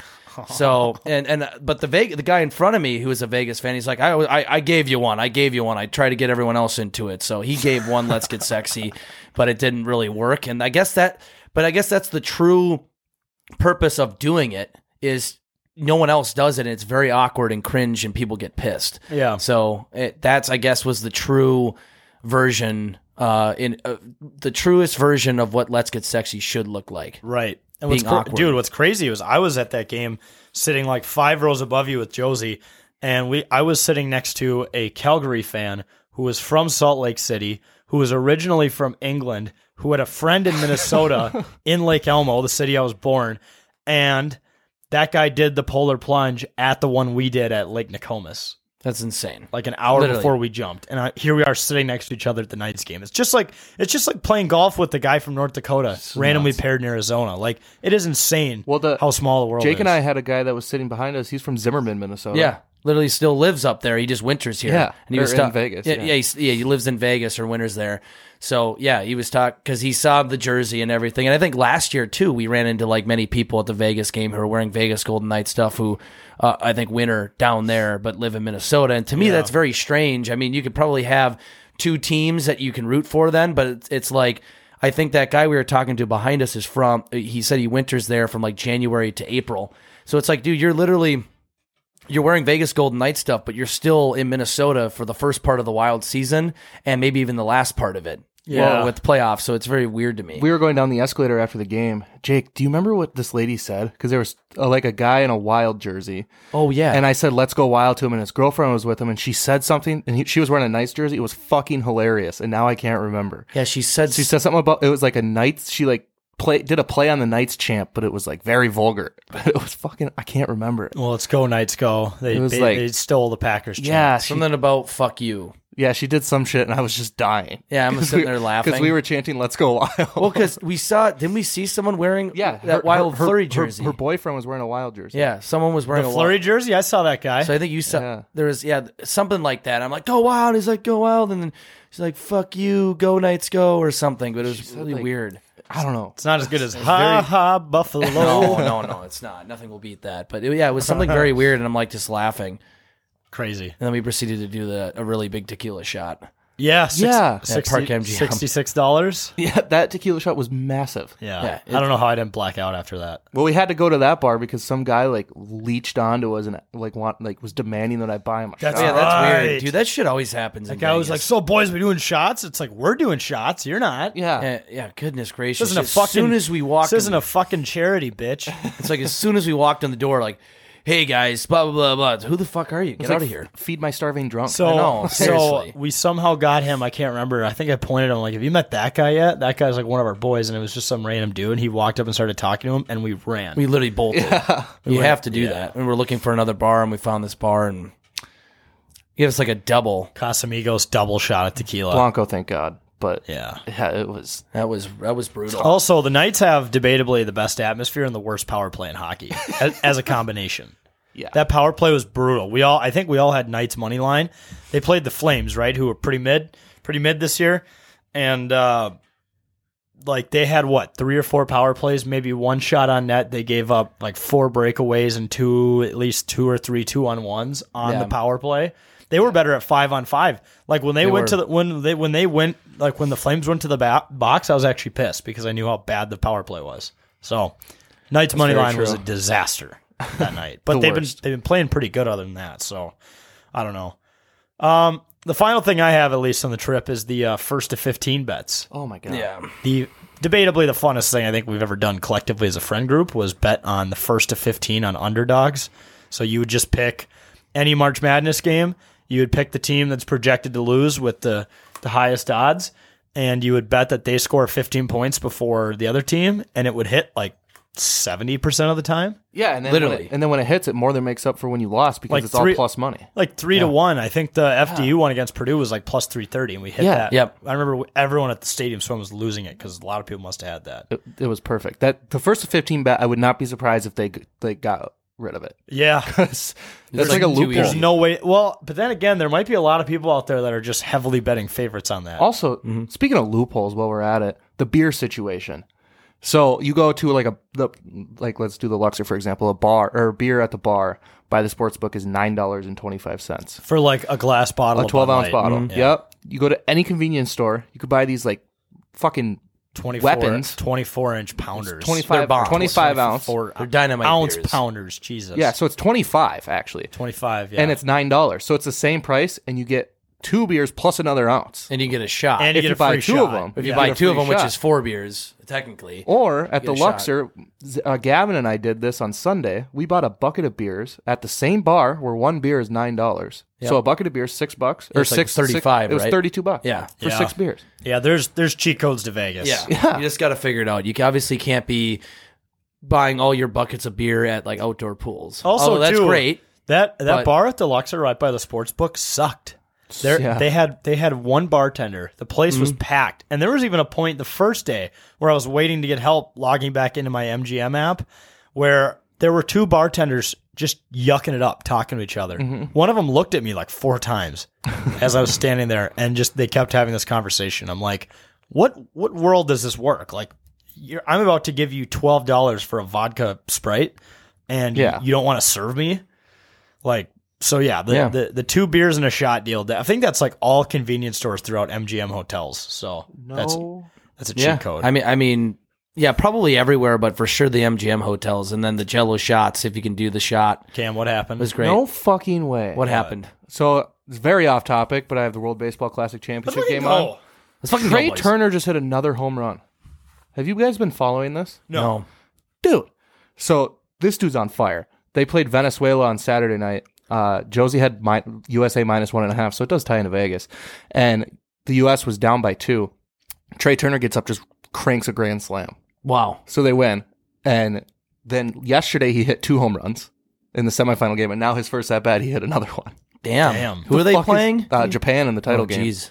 Speaker 9: So and and but the Vegas, the guy in front of me who was a Vegas fan, he's like, I, I I gave you one, I gave you one. I tried to get everyone else into it, so he gave one. Let's get sexy, but it didn't really work. And I guess that, but I guess that's the true purpose of doing it is no one else does it. and It's very awkward and cringe, and people get pissed.
Speaker 1: Yeah.
Speaker 9: So it, that's I guess was the true version, uh, in uh, the truest version of what Let's Get Sexy should look like.
Speaker 1: Right. And
Speaker 9: Being
Speaker 1: what's cra-
Speaker 9: awkward.
Speaker 1: dude, what's crazy was I was at that game sitting like five rows above you with Josie, and we I was sitting next to a Calgary fan who was from Salt Lake City, who was originally from England, who had a friend in Minnesota in Lake Elmo, the city I was born, and that guy did the polar plunge at the one we did at Lake Nokomis
Speaker 9: That's insane.
Speaker 1: like an hour
Speaker 9: Literally.
Speaker 1: before we jumped, and I, here we are sitting next to each other at the Knights game. It's just like it's just like playing golf with the guy from North Dakota, randomly paired in Arizona. Like it is insane.
Speaker 10: Well, the-
Speaker 1: how small the world.
Speaker 10: Jake
Speaker 1: is.
Speaker 10: and I had a guy that was sitting behind us. He's from Zimmerman, Minnesota.
Speaker 9: Yeah. Literally still lives up there. He just winters here.
Speaker 10: Yeah,
Speaker 9: And he
Speaker 10: or
Speaker 9: was
Speaker 10: in
Speaker 9: stuck
Speaker 10: Vegas,
Speaker 9: Yeah.
Speaker 10: yeah.
Speaker 9: Yeah, he's, yeah. He lives in Vegas or winters there. So, yeah, he was talking because he saw the jersey and everything. And I think last year, too, we ran into like many people at the Vegas game who are wearing Vegas Golden Knight stuff who uh, I think winter down there but live in Minnesota. And to me, that's very strange. I mean, you could probably have two teams that you can root for then, but it's, it's like. I think that guy we were talking to behind us is from, he said he winters there from like January to April. So it's like, dude, you're literally you're wearing Vegas Golden Knight stuff, but you're still in Minnesota for the first part of the wild season and maybe even the last part of it.
Speaker 1: Yeah.
Speaker 9: Well, with playoffs, so it's very weird to me.
Speaker 10: We were going down the escalator after the game. Jake, do you remember what this lady said? Because there was uh, like a guy in a wild jersey.
Speaker 9: oh yeah,
Speaker 10: And I said, let's go wild to him. And his girlfriend was with him. And she said something. And he, she was wearing a nice jersey. It was fucking hilarious. And now I can't remember.
Speaker 9: yeah, she said
Speaker 10: She said something about it was like a Knights. She like play did a play on the Knights champ, but it was like very vulgar. But it was fucking, I can't remember it.
Speaker 1: well, let's go Knights, go. They
Speaker 10: It was
Speaker 1: they,
Speaker 10: like-
Speaker 1: they stole the Packers.
Speaker 10: Yeah, she,
Speaker 9: something about "fuck you."
Speaker 10: yeah, she did some shit. And I was just dying.
Speaker 9: Yeah, I'm sitting there laughing
Speaker 10: Because we were chanting, let's go wild.
Speaker 9: well because we saw didn't we see someone wearing
Speaker 10: yeah,
Speaker 9: that wild flurry
Speaker 10: her-
Speaker 9: jersey?
Speaker 10: Her, boyfriend was wearing a wild jersey.
Speaker 9: yeah, someone was
Speaker 1: the
Speaker 9: wearing a wild-
Speaker 1: flurry jersey. I saw that guy.
Speaker 9: So I think you saw
Speaker 10: Yeah.
Speaker 9: there was yeah something like that. I'm like go wild. He's like go wild, and then she's like fuck you, go Knights, go or something. But it was really
Speaker 10: like-
Speaker 9: weird.
Speaker 10: I don't know.
Speaker 1: it's not as good as ha ha Buffalo.
Speaker 9: No, no, no, it's not. Nothing will beat that. But it- yeah, it was something very weird, and I'm like just laughing.
Speaker 1: Crazy.
Speaker 9: And then we proceeded to do the a really big tequila shot.
Speaker 1: Yeah. Six,
Speaker 10: Yeah. At
Speaker 9: Park MGM.
Speaker 1: Sixty-six dollars.
Speaker 10: Yeah, that tequila shot was massive.
Speaker 1: Yeah.
Speaker 9: Yeah,
Speaker 1: I don't know how I didn't black out after that.
Speaker 10: Well, we had to go to that bar because some guy like leached onto us and like want like was demanding that I buy him a
Speaker 1: That's-
Speaker 10: shot.
Speaker 9: Yeah, that's
Speaker 1: Right.
Speaker 9: weird, dude. That shit always happens.
Speaker 1: That
Speaker 9: in
Speaker 1: guy was like,
Speaker 9: Vegas.
Speaker 1: "So boys, we doing shots?" It's like we're doing shots. You're not.
Speaker 10: Yeah.
Speaker 9: Yeah, yeah, goodness gracious!
Speaker 1: This isn't a
Speaker 9: as
Speaker 1: fucking.
Speaker 9: soon as we walked,
Speaker 1: this isn't
Speaker 9: in,
Speaker 1: a fucking charity, bitch.
Speaker 9: it's like as soon as we walked in the door, like, hey guys, blah blah blah blah. Who the fuck are you? Get
Speaker 10: It's like,
Speaker 9: out of here!
Speaker 10: Feed my starving drunk.
Speaker 1: So,
Speaker 9: I know,
Speaker 1: so
Speaker 9: seriously.
Speaker 1: we somehow got him. I can't remember. I think I pointed him like, "Have you met that guy yet?" That guy's like one of our boys, and it was just some random dude. And he walked up and started talking to him, and we ran.
Speaker 9: We literally bolted. You have to do that. And we were looking for another bar, and we found this bar, and
Speaker 10: Yeah, it's like a double.
Speaker 1: Casamigos double shot at tequila.
Speaker 9: Blanco, thank God. But
Speaker 1: yeah,
Speaker 9: it was
Speaker 10: that was that was brutal.
Speaker 1: Also, the Knights have debatably the best atmosphere and the worst power play in hockey as, as a combination.
Speaker 9: Yeah.
Speaker 1: That power play was brutal. We all I think we all had Knights money line. They played the Flames, right, who were pretty mid, pretty mid this year. And uh like they had what, three or four power plays, maybe one shot on net. They gave up like four breakaways and two at least two or three two on ones on
Speaker 10: Yeah.
Speaker 1: the power play. They were better at 5 on 5. Like when they,
Speaker 10: They
Speaker 1: went
Speaker 10: were.
Speaker 1: to the when they when they went like when the Flames went to the ba- box, I was actually pissed because I knew how bad the power play was. So, Knights
Speaker 10: That's
Speaker 1: money
Speaker 10: very
Speaker 1: line was a
Speaker 10: true.
Speaker 1: disaster that night. But
Speaker 10: The
Speaker 1: they've
Speaker 10: worst.
Speaker 1: been they've been playing pretty good other than that. So I don't know. Um, the final thing I have at least on the trip is the uh, first to fifteen bets.
Speaker 9: Oh my god! Yeah.
Speaker 1: The debatably the funnest thing I think we've ever done collectively as a friend group was bet on the first to fifteen on underdogs. So you would just pick any March Madness game. You would pick the team that's projected to lose with the the highest odds, and you would bet that they score fifteen points before the other team, and it would hit like seventy percent of the time.
Speaker 9: Yeah, and then
Speaker 1: Literally.
Speaker 9: when it, and then when it hits, it more than makes up for when you lost because
Speaker 1: Like
Speaker 9: it's
Speaker 1: three-
Speaker 9: all plus money.
Speaker 1: Like three to one. I think the FDU one against Purdue was like plus three thirty, and we hit
Speaker 9: Yeah.
Speaker 1: that.
Speaker 9: Yep.
Speaker 1: I remember everyone at the stadium swim was losing it because a lot of people must have had that.
Speaker 9: It, it was perfect. That the first fifteen bet, I would not be surprised if they g- they got rid of it.
Speaker 1: Yeah,
Speaker 9: that's like, a loophole.
Speaker 1: There's no way. Well, but then again, there might be a lot of people out there that are just heavily betting favorites on that.
Speaker 9: Also, speaking of loopholes, while we're at it, the beer situation. So you go to like a the, like let's do the Luxor for example, a bar or beer at the bar by the sports book is nine dollars and twenty five cents.
Speaker 1: for like a glass bottle,
Speaker 9: a
Speaker 1: of Bud
Speaker 9: 12 ounce
Speaker 1: Light.
Speaker 9: bottle.
Speaker 10: Mm-hmm.
Speaker 1: Mhm. Yeah.
Speaker 9: Yep. You go to any convenience store, you could buy these like fucking
Speaker 1: 24,
Speaker 9: weapons.
Speaker 1: 24 inch pounders,
Speaker 9: 25 25 ounce.
Speaker 1: They're dynamite ounce
Speaker 9: beers.
Speaker 1: pounders. Jesus,
Speaker 9: Yeah, so it's 25 actually.
Speaker 1: 25, yeah.
Speaker 9: And it's $9. So it's the same price and you get two beers plus another ounce.
Speaker 10: And you get a shot.
Speaker 9: if you buy two of them.
Speaker 10: If you buy
Speaker 9: get a
Speaker 10: two of
Speaker 9: free
Speaker 10: them, which
Speaker 9: shot.
Speaker 10: is four beers, technically.
Speaker 9: Or at
Speaker 10: you get
Speaker 9: the
Speaker 10: a shot.
Speaker 9: Luxor, Z- uh, Gavin and I did this on Sunday. We bought a bucket of beers at the same bar where one beer is nine dollars.
Speaker 10: Yep.
Speaker 9: So a bucket of beer is six bucks
Speaker 10: Yeah,
Speaker 9: or
Speaker 10: it's like
Speaker 9: six six-
Speaker 10: 35,
Speaker 9: It was
Speaker 10: right?
Speaker 9: thirty-two bucks.
Speaker 10: Yeah.
Speaker 9: for
Speaker 10: Yeah.
Speaker 9: six beers.
Speaker 1: Yeah, there's there's cheat codes to Vegas.
Speaker 10: Yeah. You just got to figure it out. You ca- obviously can't be buying all your buckets of beer at like outdoor pools.
Speaker 1: Also,
Speaker 10: Although that's
Speaker 1: too,
Speaker 10: great.
Speaker 1: That that
Speaker 10: but-
Speaker 1: bar at the Luxor right by the sports book sucked. There,
Speaker 10: Yeah. Mm-hmm.
Speaker 1: they had they had one bartender. The place was packed, and there was even a point the first day where I was waiting to get help logging back into my MGM app, where there were two bartenders just yucking it up, talking to each other.
Speaker 10: Mhm.
Speaker 1: One of them looked at me like four times as I was standing there, and just they kept having this conversation. I'm like, what what world does this work? Like, you're, I'm about to give you twelve dollars for a vodka sprite, and
Speaker 9: Yeah.
Speaker 1: you don't want to serve me. Like, so yeah, the,
Speaker 9: Yeah.
Speaker 1: the the two beers and a shot deal. I think that's like all convenience stores throughout MGM hotels. So that's
Speaker 9: No.
Speaker 1: that's a cheat
Speaker 10: yeah.
Speaker 1: code.
Speaker 10: I mean, I mean, yeah, probably everywhere, but for sure the MGM hotels and then the Jello shots. If you can do the shot,
Speaker 1: Cam, what happened?
Speaker 10: Was great.
Speaker 9: No fucking way.
Speaker 10: What happened?
Speaker 9: So it's very off topic, but I have the World Baseball Classic Championship
Speaker 1: Let's fucking
Speaker 9: game
Speaker 1: go.
Speaker 9: on.
Speaker 10: Let's fucking go,
Speaker 9: Trey
Speaker 10: boys.
Speaker 9: Turner just hit another home run. Have you guys been following this?
Speaker 10: No.
Speaker 9: Dude. So this dude's on fire. They played Venezuela on Saturday night. Uh, Josie had mi- USA minus one and a half, so it does tie into Vegas. And the US was down by two. Trey Turner gets up, just cranks a grand slam.
Speaker 10: Wow.
Speaker 9: So they win. And then yesterday he hit two home runs in the semifinal game, and now his first at bat he hit another one.
Speaker 10: Damn. Who
Speaker 9: The
Speaker 10: are they
Speaker 9: fuck is-
Speaker 10: playing?
Speaker 9: uh, Japan in the title
Speaker 10: Oh,
Speaker 9: game.
Speaker 10: jeez. Oh.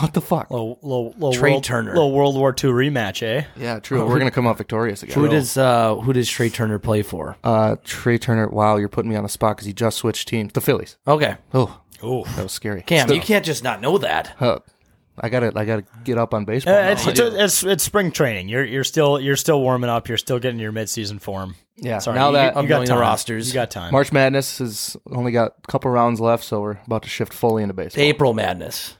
Speaker 9: What the fuck?
Speaker 1: Little, little, little
Speaker 10: Trey
Speaker 1: world,
Speaker 10: Turner.
Speaker 1: little World War II rematch, eh?
Speaker 9: Yeah, true. We're gonna come out victorious again.
Speaker 10: Oh. Who does uh, who does Trey Turner play for?
Speaker 9: Uh, Trey Turner. Wow, you're putting me on the spot because he just switched teams. The Phillies.
Speaker 10: Okay.
Speaker 9: Oh,
Speaker 1: oh,
Speaker 9: that was scary.
Speaker 10: Cam,
Speaker 9: Still.
Speaker 10: you can't just not know that.
Speaker 9: Huh. I gotta, I gotta get up on baseball.
Speaker 1: Uh, it's,
Speaker 9: knowledge.
Speaker 1: it's, it's it's spring training. You're you're still you're still warming up. You're still getting your midseason form.
Speaker 9: Yeah,
Speaker 1: Sorry,
Speaker 9: now
Speaker 1: you,
Speaker 9: that-
Speaker 1: you
Speaker 9: I'm
Speaker 1: got
Speaker 9: knowing the
Speaker 1: time.
Speaker 9: rosters.
Speaker 1: You got time.
Speaker 9: March Madness has only got a couple rounds left, so we're about to shift fully into baseball.
Speaker 10: April Madness,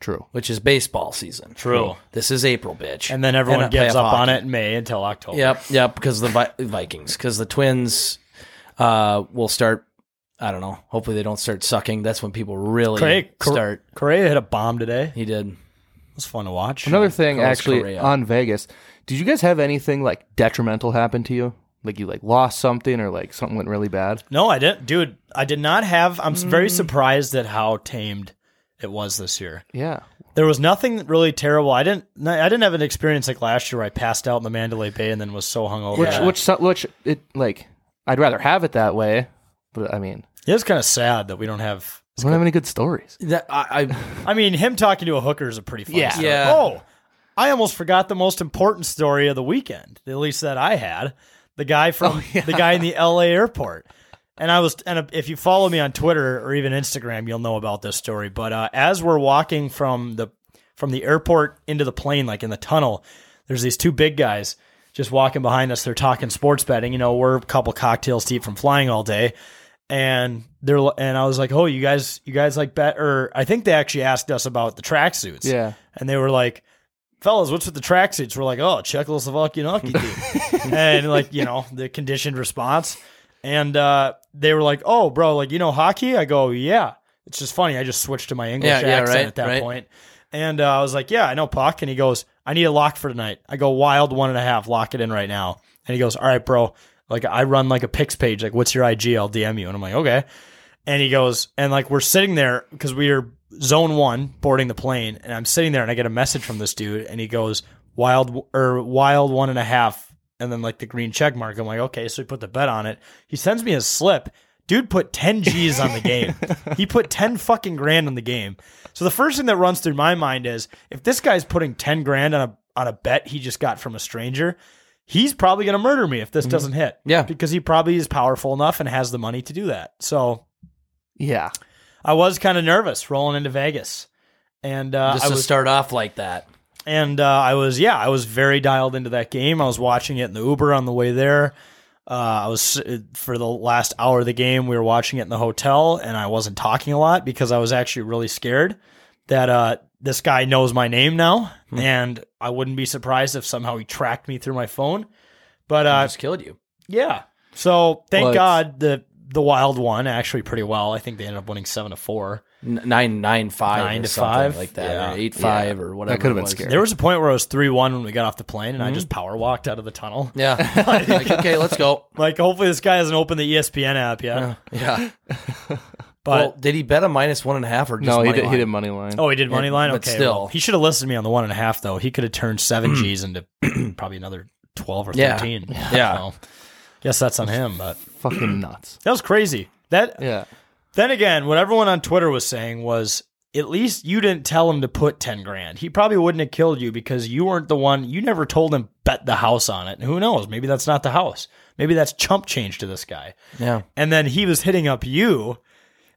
Speaker 9: True.
Speaker 10: which is baseball season.
Speaker 1: True.
Speaker 10: This is April, bitch.
Speaker 1: and then everyone
Speaker 10: And a
Speaker 1: gives
Speaker 10: playoff
Speaker 1: up on
Speaker 10: hockey.
Speaker 1: it in May until October.
Speaker 10: Yep, yep. Because the Vi- Vikings, because the Twins uh, will start. I don't know. Hopefully, they don't start sucking. That's when people really
Speaker 1: Correa, Cor-
Speaker 10: start.
Speaker 1: Correa hit a bomb today.
Speaker 10: He did. It
Speaker 1: was fun to watch.
Speaker 9: Another thing,
Speaker 10: Carlos
Speaker 9: actually,
Speaker 10: Correa.
Speaker 9: on Vegas, did you guys have anything like detrimental happen to you? Like you like lost something, or like something went really bad?
Speaker 1: No, I didn't, dude. I did not have. I'm s very surprised at how tamed it was this year.
Speaker 9: Yeah.
Speaker 1: There was nothing really terrible. I didn't. no, I didn't have an experience like last year where I passed out in the Mandalay Bay and then was so hungover.
Speaker 9: Which, which, so- which, it like, I'd rather have it that way, but I mean,
Speaker 1: It is kind of sad that we don't have
Speaker 9: We don't have any good stories.
Speaker 10: That I,
Speaker 1: I, mean, him talking to a hooker is a pretty funny
Speaker 9: Yeah.
Speaker 1: story.
Speaker 9: Yeah.
Speaker 1: Oh, I almost forgot the most important story of the weekend, at least that I had. The guy
Speaker 9: Oh,
Speaker 1: from the guy in the L.A. airport, and I was. And if you follow me on Twitter or even Instagram, you'll know about this story. But uh, as we're walking from the from the airport into the plane, like in the tunnel, there's these two big guys just walking behind us. They're talking sports betting. You know, we're a couple cocktails deep from flying all day and they're and I was like, "Oh, you guys, you guys like bet?" Or I think they actually asked us about the tracksuits.
Speaker 9: Yeah.
Speaker 1: and they were like, "Fellas, what's with the tracksuits?" We're like, "Oh, Czechoslovakian hockey team," and like you know the conditioned response. And uh, they were like, "Oh, bro, like you know hockey?" I go, "Yeah." It's just funny. I just switched to my English
Speaker 10: Yeah, yeah,
Speaker 1: accent
Speaker 10: right,
Speaker 1: at that
Speaker 10: right.
Speaker 1: point. And uh, I was like, "Yeah, I know puck." And he goes, "I need a lock for tonight." I go, "Wild one and a half. Lock it in right now." And he goes, "All right, bro. Like I run like a picks page. Like what's your IG? I'll DM you." And I'm like, "Okay." And he goes, and like we're sitting there because we are zone one boarding the plane, and I'm sitting there and I get a message from this dude, and he goes, "Wild or wild one and a half." And then like the green check mark, I'm like, okay, so he put the bet on it. He sends me a slip. Dude put 10 G's on the game. he put 10 fucking grand on the game. So the first thing that runs through my mind is if this guy's putting 10 grand on a on a bet he just got from a stranger, he's probably going to murder me if this doesn't hit.
Speaker 10: Yeah.
Speaker 1: Because he probably is powerful enough and has the money to do that. So
Speaker 9: Yeah.
Speaker 1: I was kind of nervous rolling into Vegas. And uh,
Speaker 10: just
Speaker 1: I
Speaker 10: to
Speaker 1: was
Speaker 10: start off like that.
Speaker 1: and uh, I was yeah, I was very dialed into that game. I was watching it in the Uber on the way there. Uh, I was for the last hour of the game. We were watching it in the hotel, and I wasn't talking a lot because I was actually really scared that uh, this guy knows my name now, and I wouldn't be surprised if somehow he tracked me through my phone. But
Speaker 10: I
Speaker 1: uh,
Speaker 10: just killed you.
Speaker 1: yeah, so thank
Speaker 9: Well, it's-
Speaker 1: God the the Wild won actually pretty well. I think they ended up winning seven to four.
Speaker 10: N- Nine nine five
Speaker 1: Nine
Speaker 10: or
Speaker 1: to
Speaker 10: something
Speaker 1: five?
Speaker 10: like that
Speaker 1: Yeah.
Speaker 10: or eight five or whatever.
Speaker 9: That could have
Speaker 10: it
Speaker 9: been
Speaker 10: was.
Speaker 9: scary.
Speaker 1: There was a point where I was three one when we got off the plane, and I just power walked out of the tunnel.
Speaker 10: Yeah. Like, okay, let's go.
Speaker 1: Like, hopefully this guy hasn't opened the E ESPN app yet.
Speaker 10: Yeah. well,
Speaker 1: But
Speaker 10: did he bet a minus one and a half or just
Speaker 9: No, he
Speaker 10: money
Speaker 9: did,
Speaker 10: line?
Speaker 9: he did money line.
Speaker 1: oh, he did money line.
Speaker 10: but
Speaker 1: Okay,
Speaker 10: still. Mm.
Speaker 1: well, he should have listened to me on the one and a half though. He could have turned seven G's into probably another twelve or
Speaker 10: Yeah.
Speaker 1: thirteen.
Speaker 10: Yeah.
Speaker 1: So, guess that's on him. But
Speaker 9: Fucking nuts.
Speaker 1: that was crazy. That
Speaker 9: Yeah.
Speaker 1: then again, what everyone on Twitter was saying was. At least you didn't tell him to put 10 grand. He probably wouldn't have killed you because you weren't the one. You never told him bet the house on it. And who knows? Maybe that's not the house. Maybe that's chump change to this guy.
Speaker 10: Yeah.
Speaker 1: and then he was hitting up you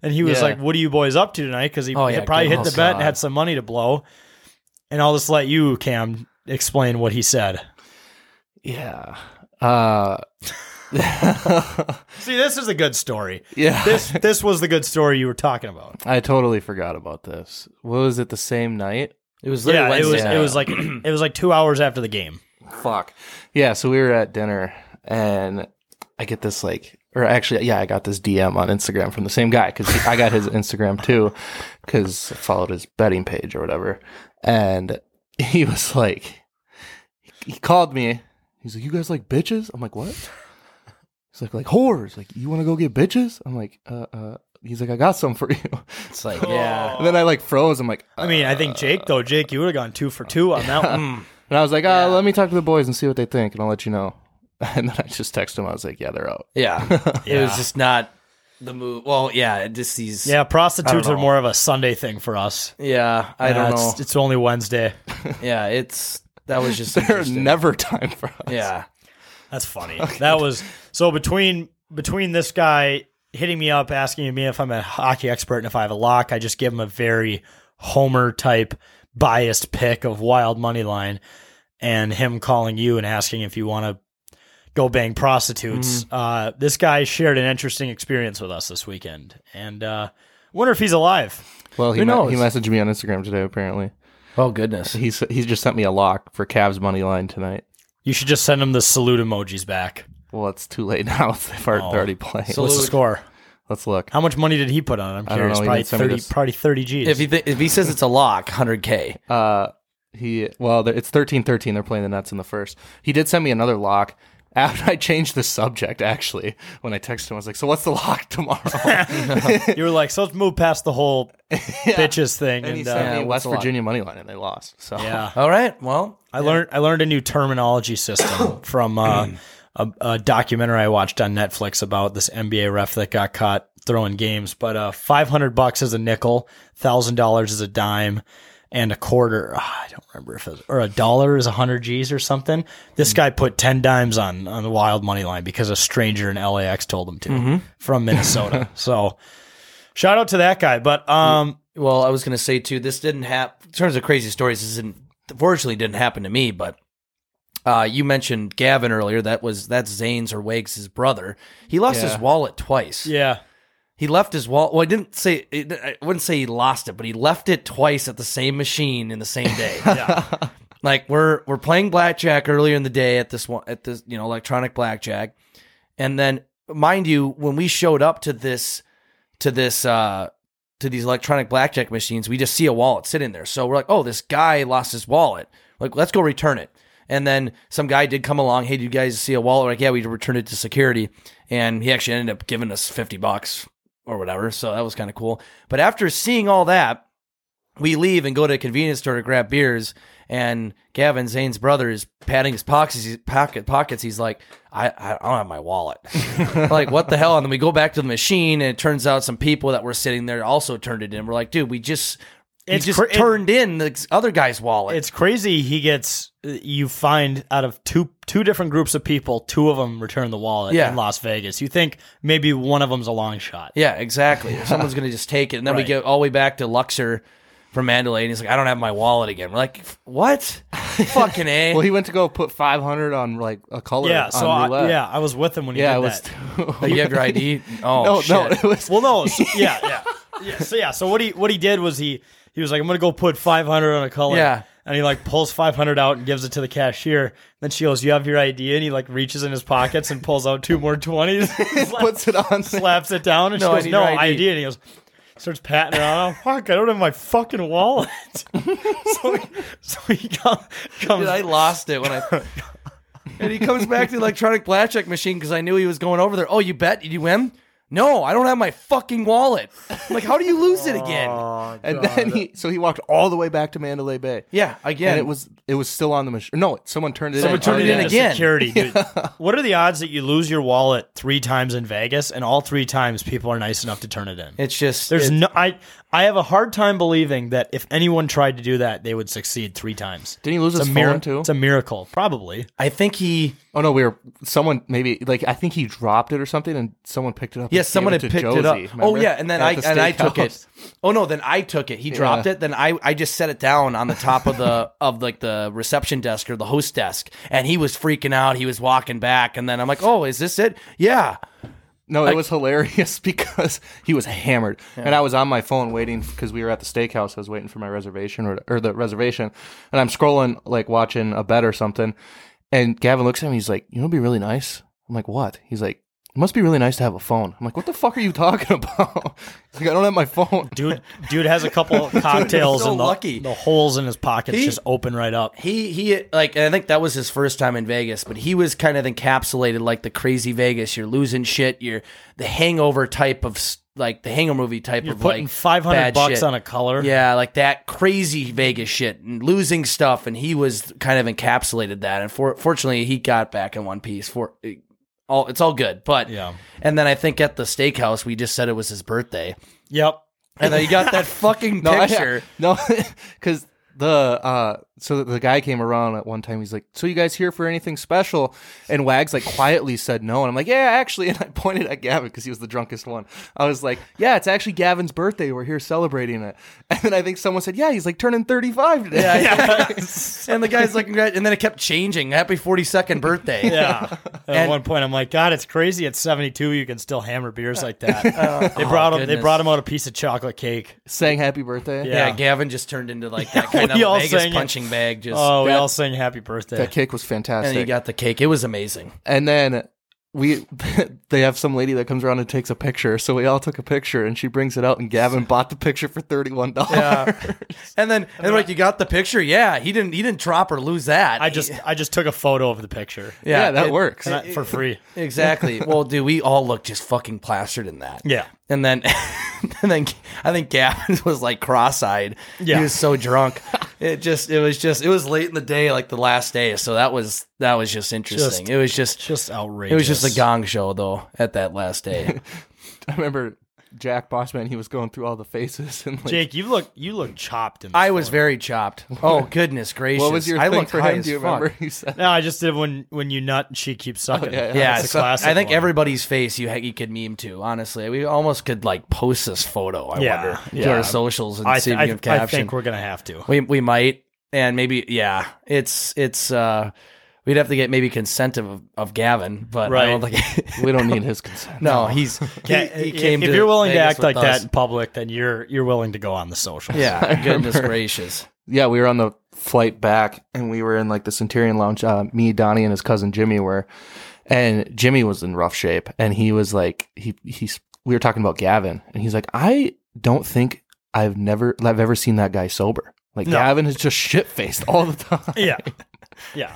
Speaker 1: and he was
Speaker 9: Yeah.
Speaker 1: like what are you boys up to tonight because he,
Speaker 10: Oh,
Speaker 1: he
Speaker 10: yeah,
Speaker 1: probably
Speaker 10: good-
Speaker 1: hit the
Speaker 10: oh,
Speaker 1: bet and
Speaker 10: God.
Speaker 1: had some money to blow and i'll just let you cam explain what he said
Speaker 9: Yeah. Uh,
Speaker 1: see this is a good story
Speaker 9: yeah.
Speaker 1: this this was the good story you were talking about
Speaker 9: I totally forgot about this. What was it the same night?
Speaker 10: It was literally
Speaker 1: yeah it
Speaker 10: Wednesday
Speaker 1: was
Speaker 10: night.
Speaker 1: it was like it was like two hours after the game
Speaker 9: Fuck. Yeah, so we were at dinner and I get this like or actually yeah, I got this DM on Instagram from the same guy cuz I got his Instagram too cuz I followed his betting page or whatever. And he was like he called me. He's like, "You guys like bitches?" I'm like, "What?" He's like, "Like whores. Like you want to go get bitches?" I'm like, "Uh uh." He's like, "I got some for you."
Speaker 10: It's like yeah.
Speaker 9: And then I like froze. I'm like,
Speaker 1: i mean i think jake though jake you would have gone two for two on that one
Speaker 9: And I was like, oh, let me talk to the boys and see what they think, and I'll let you know. And then I just texted him. I was like, yeah, they're out.
Speaker 10: Yeah. It
Speaker 1: Yeah.
Speaker 10: was just not the move. Well, yeah, just these
Speaker 1: yeah prostitutes
Speaker 10: I
Speaker 1: are
Speaker 10: don't know.
Speaker 1: more of a sunday thing for us
Speaker 10: Yeah, I
Speaker 1: Uh,
Speaker 10: don't know.
Speaker 1: it's, it's only wednesday
Speaker 10: yeah, it's that was just
Speaker 9: They're
Speaker 10: interesting.
Speaker 9: never time for us.
Speaker 10: Yeah.
Speaker 1: That's funny. That was so between between this guy hitting me up asking me if I'm a hockey expert and if I have a lock, I just give him a very homer type biased pick of wild money line and him calling you and asking if you want to go bang prostitutes.
Speaker 9: Mm-hmm.
Speaker 1: Uh, this guy shared an interesting experience with us this weekend and uh wonder if he's alive.
Speaker 9: Well, he,
Speaker 10: Who
Speaker 9: me-
Speaker 10: knows?
Speaker 9: he messaged me on Instagram today, apparently.
Speaker 10: Oh goodness.
Speaker 9: He's, he just sent me a lock for Cavs money line tonight.
Speaker 1: You should just send him the salute emojis back.
Speaker 9: Well, it's too late now. They've already,
Speaker 1: Oh.
Speaker 9: they're already playing.
Speaker 1: What's the
Speaker 9: Let's,
Speaker 1: score?
Speaker 9: let's look.
Speaker 1: How much money did he put on it? I'm
Speaker 9: I don't
Speaker 1: curious.
Speaker 9: know. He
Speaker 1: Probably
Speaker 9: didn't send me
Speaker 1: 30
Speaker 9: this.
Speaker 1: probably 30 G's.
Speaker 10: If he th- if he says it's a lock, hundred k.
Speaker 9: Uh, he Well, they're- it's 13 13. They're playing the Nets in the first. He did send me another lock. After I changed the subject, actually, when I texted him, I was like, "So what's the lock tomorrow?"
Speaker 1: you were like, so let's move past the whole bitches thing.
Speaker 9: and he
Speaker 1: And,
Speaker 9: sent
Speaker 1: uh,
Speaker 9: me
Speaker 10: what's
Speaker 9: West
Speaker 10: the lock?
Speaker 9: Virginia money line, and they lost. So
Speaker 1: yeah,
Speaker 10: All right. Well,
Speaker 1: I learned I learned a new terminology system from uh, a, a documentary I watched on Netflix about this NBA ref that got caught throwing games, but uh, 500 bucks is a nickel, $1,000 is a dime, and a quarter, ah, I don't remember if it was, or a dollar is 100 G's or something.
Speaker 9: Mm.
Speaker 1: This guy put 10 dimes on, on the wild money line because a stranger in LAX told him to
Speaker 9: Mhm.
Speaker 1: from Minnesota. so shout out to that guy. But um,
Speaker 9: Well, I was going to say too, this didn't happen. In terms of crazy stories, this didn't, fortunately didn't happen to me. But uh, you mentioned Gavin earlier. That was that's Zane's or Wags' brother. He lost
Speaker 1: Yeah.
Speaker 9: his wallet twice.
Speaker 1: Yeah,
Speaker 9: he left his wallet. Well, I didn't say. It, I wouldn't say he lost it, but he left it twice at the same machine in the same day. yeah. Like we're we're playing blackjack earlier in the day at this one at this you know electronic blackjack, and then mind you, when we showed up to this to this uh to these electronic blackjack machines, we just see a wallet sitting there. So we're like, oh, this guy lost his wallet. Like, let's go return it. And then some guy did come along. Hey, do you guys see a wallet? We're like, yeah, we returned it to security, and he actually ended up giving us fifty bucks or whatever. So that was kind of cool. But after seeing all that, we leave and go to a convenience store to grab beers. And Gavin Zane's brother is patting his pockets, pocket pockets. He's like, I, I don't have my wallet. like, what the hell? And then we go back to the machine, and it turns out some people that were sitting there also turned it in. We're like, dude, we just, we
Speaker 1: It's
Speaker 9: just
Speaker 1: cra- it-
Speaker 9: turned in the other guy's wallet.
Speaker 1: it's crazy. He gets uh, you find out of two two different groups of people, two of them return the wallet
Speaker 9: Yeah.
Speaker 1: in Las Vegas. You think maybe one of them's a long shot.
Speaker 9: Yeah, exactly. Someone's gonna just take it, and then we
Speaker 1: Right.
Speaker 9: get all the way back to Luxor from Mandalay, and he's like, "I don't have my wallet again." We're like, "What? Fucking a."
Speaker 10: Well, he went to go put 500 on like a color.
Speaker 1: Yeah,
Speaker 10: on
Speaker 1: so I,
Speaker 10: roulette.
Speaker 1: yeah, I was with him when he
Speaker 10: Yeah,
Speaker 1: did
Speaker 10: it was
Speaker 1: that.
Speaker 10: Like, you have your
Speaker 9: ID? Oh,
Speaker 10: No, no, shit. it was-
Speaker 1: well, no, so- yeah, yeah, yeah. So yeah, so what he what he did was he he was like, I'm gonna go put 500 on a color.
Speaker 9: Yeah.
Speaker 1: And he like pulls 500 out and gives it to the cashier. Then she goes, "You have your ID," and he like reaches in his pockets and pulls out two more twenties, puts
Speaker 10: it on,
Speaker 1: slaps it down, and
Speaker 9: No, I
Speaker 1: she goes,
Speaker 9: need
Speaker 1: "No
Speaker 9: your ID."
Speaker 1: ID," and he goes. Starts patting her on. Oh, fuck! I don't have my fucking wallet. so, he, so he come- comes.
Speaker 9: Dude, I lost it when I. and he comes back to the electronic blackjack machine because I knew he was going over there. Oh, you bet? Did you win? No, I don't have my fucking wallet. I'm like, how do you lose it again?
Speaker 10: And then he, so he walked all the way back to Mandalay Bay.
Speaker 9: Yeah, again.
Speaker 10: And it was it was still on the machine. No, someone turned it.
Speaker 1: Someone
Speaker 10: in.
Speaker 1: turned it
Speaker 10: Oh,
Speaker 1: in
Speaker 10: yeah.
Speaker 1: to Security, dude. what are the odds that you lose your wallet three times in Vegas, and all three times people are nice enough to turn it in?
Speaker 9: It's just
Speaker 1: There's
Speaker 9: it-
Speaker 1: no. I I have a hard time believing that if anyone tried to do that, they would succeed three times.
Speaker 10: Didn't he lose
Speaker 1: it's
Speaker 10: his
Speaker 1: a mir-
Speaker 10: phone, too?
Speaker 1: It's a miracle, probably.
Speaker 9: I think he.
Speaker 10: Oh no, we were someone maybe like I think he dropped it or something, and someone picked it up. and
Speaker 9: Yes,
Speaker 10: gave
Speaker 9: someone had
Speaker 10: to
Speaker 9: picked it
Speaker 10: Josie,
Speaker 9: up. Oh
Speaker 10: remember?
Speaker 9: yeah, and then
Speaker 10: At
Speaker 9: I
Speaker 10: the
Speaker 9: and I took
Speaker 10: steakhouse.
Speaker 9: it. Oh no, then I took it. He dropped
Speaker 10: Yeah.
Speaker 9: it. Then I I just set it down on the top of the of like the reception desk or the host desk, and he was freaking out. He was walking back, and then I'm like, oh, is this it? Yeah.
Speaker 10: No,
Speaker 9: Like-
Speaker 10: it was hilarious because he was hammered, and I was on my phone waiting because we were at the steakhouse. I was waiting for my reservation or, or the reservation, and I'm scrolling like watching a bet or something. And Gavin looks at me. He's like, "You know, it'd be really nice." I'm like, "What?" He's like, "It must be really nice to have a phone." I'm like, "What the fuck are you talking about?" He's like, "I don't have my phone."
Speaker 1: Dude, dude has a couple of cocktails
Speaker 9: so
Speaker 1: and the,
Speaker 9: lucky.
Speaker 1: the holes in his pockets
Speaker 9: He-
Speaker 1: just open right up.
Speaker 9: He he like and I think that was his first time in Vegas, but he was kind of encapsulated like the crazy Vegas. You're losing shit. You're the hangover type of s- like the hangover movie type
Speaker 1: You're
Speaker 9: of
Speaker 1: putting
Speaker 9: like
Speaker 1: 500
Speaker 9: bad
Speaker 1: bucks
Speaker 9: shit.
Speaker 1: on a color.
Speaker 9: Yeah, like that crazy Vegas shit and losing stuff, and he was kind of encapsulated that. And for, fortunately, he got back in one piece. For all, it's all good. But
Speaker 1: Yeah.
Speaker 9: and then I think at the steakhouse we just said it was his birthday,
Speaker 1: Yep.
Speaker 9: and then you got that fucking
Speaker 10: I-
Speaker 9: picture.
Speaker 10: no, because the uh, so the guy came around at one time. He's like, "So you guys here for anything special?" And Wags like quietly said no, and I'm like, "Yeah, actually." And I pointed at Gavin because he was the drunkest one. I was like, "Yeah, it's actually Gavin's birthday. We're here celebrating it." And then I think someone said, "Yeah, he's like turning 35 today."
Speaker 9: Yeah, and the guy's like, "Congrat-" and then it kept changing. Happy forty second birthday.
Speaker 1: Yeah. At
Speaker 9: And-
Speaker 1: one point, I'm like, God, it's crazy. At 72, you can still hammer beers like that. they brought him. They
Speaker 9: Oh, goodness.
Speaker 1: brought him out a piece of chocolate cake.
Speaker 10: Saying happy birthday.
Speaker 1: Yeah.
Speaker 9: Yeah, Gavin just turned into like that
Speaker 1: Yeah,
Speaker 9: kind of
Speaker 1: we all
Speaker 9: Vegas
Speaker 1: sang it.
Speaker 9: punching bag. Just
Speaker 1: Oh, we
Speaker 10: that-
Speaker 1: all sang happy birthday.
Speaker 10: That cake was fantastic.
Speaker 9: and he got the cake. It was amazing.
Speaker 10: and then we they have some lady that comes around and takes a picture so we all took a picture and she brings it out and gavin bought the picture for $31
Speaker 9: Uh, And then and they're like, you got the picture. Yeah, he didn't. He didn't drop or lose that.
Speaker 1: I just I just took a photo of the picture
Speaker 10: yeah, that
Speaker 9: it-
Speaker 10: works
Speaker 1: And I- for free.
Speaker 9: Exactly. well, dude, we all look just fucking plastered in that.
Speaker 1: Yeah.
Speaker 9: And then, and then I think Gavin was like cross-eyed.
Speaker 1: Yeah.
Speaker 9: He was so drunk. It just, it was just, it was late in the day, like the last day. So that was, that was just interesting.
Speaker 1: Just-
Speaker 9: it was just,
Speaker 1: Just outrageous.
Speaker 9: it was just a gong show though at that last day.
Speaker 10: I remember Jack Bossman, he was going through all the faces and like,
Speaker 1: Jake, you look you look chopped. In this
Speaker 9: I was very chopped. Oh goodness gracious!
Speaker 10: What was your
Speaker 9: I
Speaker 10: thing
Speaker 9: looked
Speaker 10: for
Speaker 9: high
Speaker 10: him?
Speaker 9: as
Speaker 10: Do you
Speaker 9: fuck.
Speaker 10: remember? He said,
Speaker 1: No, I just did when when you nut and she keeps sucking.
Speaker 10: yeah,
Speaker 9: Yeah,
Speaker 1: That's a
Speaker 9: so
Speaker 1: classic
Speaker 9: I think
Speaker 1: one.
Speaker 9: everybody's face you ha- you could meme to. Honestly, we almost could like post this photo. I
Speaker 1: Yeah,
Speaker 9: wonder
Speaker 1: yeah.
Speaker 9: to our socials and
Speaker 1: I,
Speaker 9: see
Speaker 1: th-
Speaker 9: if
Speaker 1: I,
Speaker 9: we can
Speaker 1: th- I
Speaker 9: caption.
Speaker 1: think we're gonna have to.
Speaker 9: we we might and maybe yeah. It's it's uh we'd have to get maybe consent of of Gavin, but I don't
Speaker 1: Right.
Speaker 9: think
Speaker 10: "We don't need his consent."
Speaker 9: no he's he,
Speaker 1: Can't-
Speaker 9: he
Speaker 1: if-
Speaker 9: came
Speaker 1: if
Speaker 9: to
Speaker 1: you're willing to
Speaker 9: Vegas
Speaker 1: act like
Speaker 9: with
Speaker 1: that
Speaker 9: us.
Speaker 1: in public, then you're you're willing to go on the socials.
Speaker 9: Yeah, goodness gracious.
Speaker 10: yeah, we were on the flight back, and we were in like the Centurion Lounge. Uh, me, Donnie, and his cousin Jimmy were, and Jimmy was in rough shape, and he was like, he he's. We were talking about Gavin, and he's like, I don't think I've never I've ever seen that guy sober. Like
Speaker 1: No.
Speaker 10: Gavin is just shit faced all the time.
Speaker 1: yeah, yeah.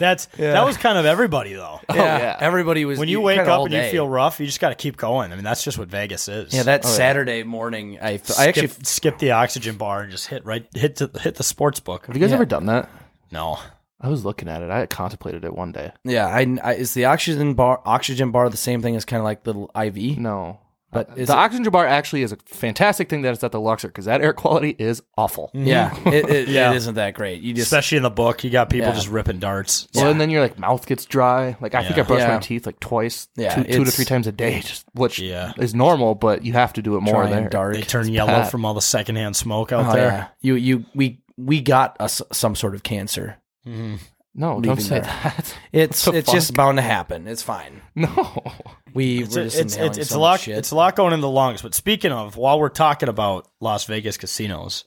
Speaker 1: That's that was kind of everybody though.
Speaker 9: yeah,
Speaker 10: yeah.
Speaker 9: everybody was
Speaker 1: Oh,
Speaker 9: e,
Speaker 1: When you
Speaker 9: kinda
Speaker 1: wake
Speaker 9: all
Speaker 1: up and
Speaker 9: day.
Speaker 1: you feel rough, you just got to keep going. I mean, that's just what Vegas is.
Speaker 9: yeah that Saturday morning. I I
Speaker 1: skip,
Speaker 9: actually
Speaker 1: skip the oxygen bar and just hit right hit to, hit the sports book.
Speaker 10: Have you guys ever done that?
Speaker 1: No,
Speaker 10: I was looking at it. I contemplated it one day.
Speaker 9: yeah I, I is the oxygen bar oxygen bar the same thing as kind of like the l- IV.
Speaker 10: No.
Speaker 9: But
Speaker 10: But
Speaker 9: is
Speaker 10: the
Speaker 9: it-
Speaker 10: oxygen bar actually is a fantastic thing that it's at the Luxor because that air quality is awful.
Speaker 9: Yeah, it, it,
Speaker 1: Mm-hmm. Yeah.
Speaker 9: it isn't that great. You just
Speaker 1: especially in the book, you got people
Speaker 9: Yeah.
Speaker 1: just ripping darts.
Speaker 10: Well, and then your like mouth gets dry. Like I think I brush
Speaker 9: Yeah.
Speaker 10: my teeth like twice,
Speaker 9: Yeah,
Speaker 10: two, two to
Speaker 9: it's-
Speaker 10: three times a day, just, which
Speaker 1: Yeah.
Speaker 10: is normal. But you have to do it more
Speaker 9: try
Speaker 10: there.
Speaker 9: and dark.
Speaker 1: They turn yellow
Speaker 10: bad.
Speaker 1: from all the secondhand smoke out
Speaker 9: oh,
Speaker 1: there.
Speaker 9: yeah. You you we we got us some sort of cancer.
Speaker 10: No,
Speaker 9: Leaving
Speaker 10: don't say
Speaker 9: there.
Speaker 10: that.
Speaker 9: It's
Speaker 10: What the
Speaker 9: it's just
Speaker 10: fuck?
Speaker 9: bound to happen. It's fine.
Speaker 10: no.
Speaker 9: We
Speaker 1: It's,
Speaker 9: were
Speaker 1: it's,
Speaker 9: just
Speaker 1: it's,
Speaker 9: inhaling
Speaker 1: it's,
Speaker 9: so
Speaker 1: a
Speaker 9: much
Speaker 1: lot.
Speaker 9: shit.
Speaker 1: It's a lot going in the lungs. But speaking of, while we're talking about Las Vegas casinos,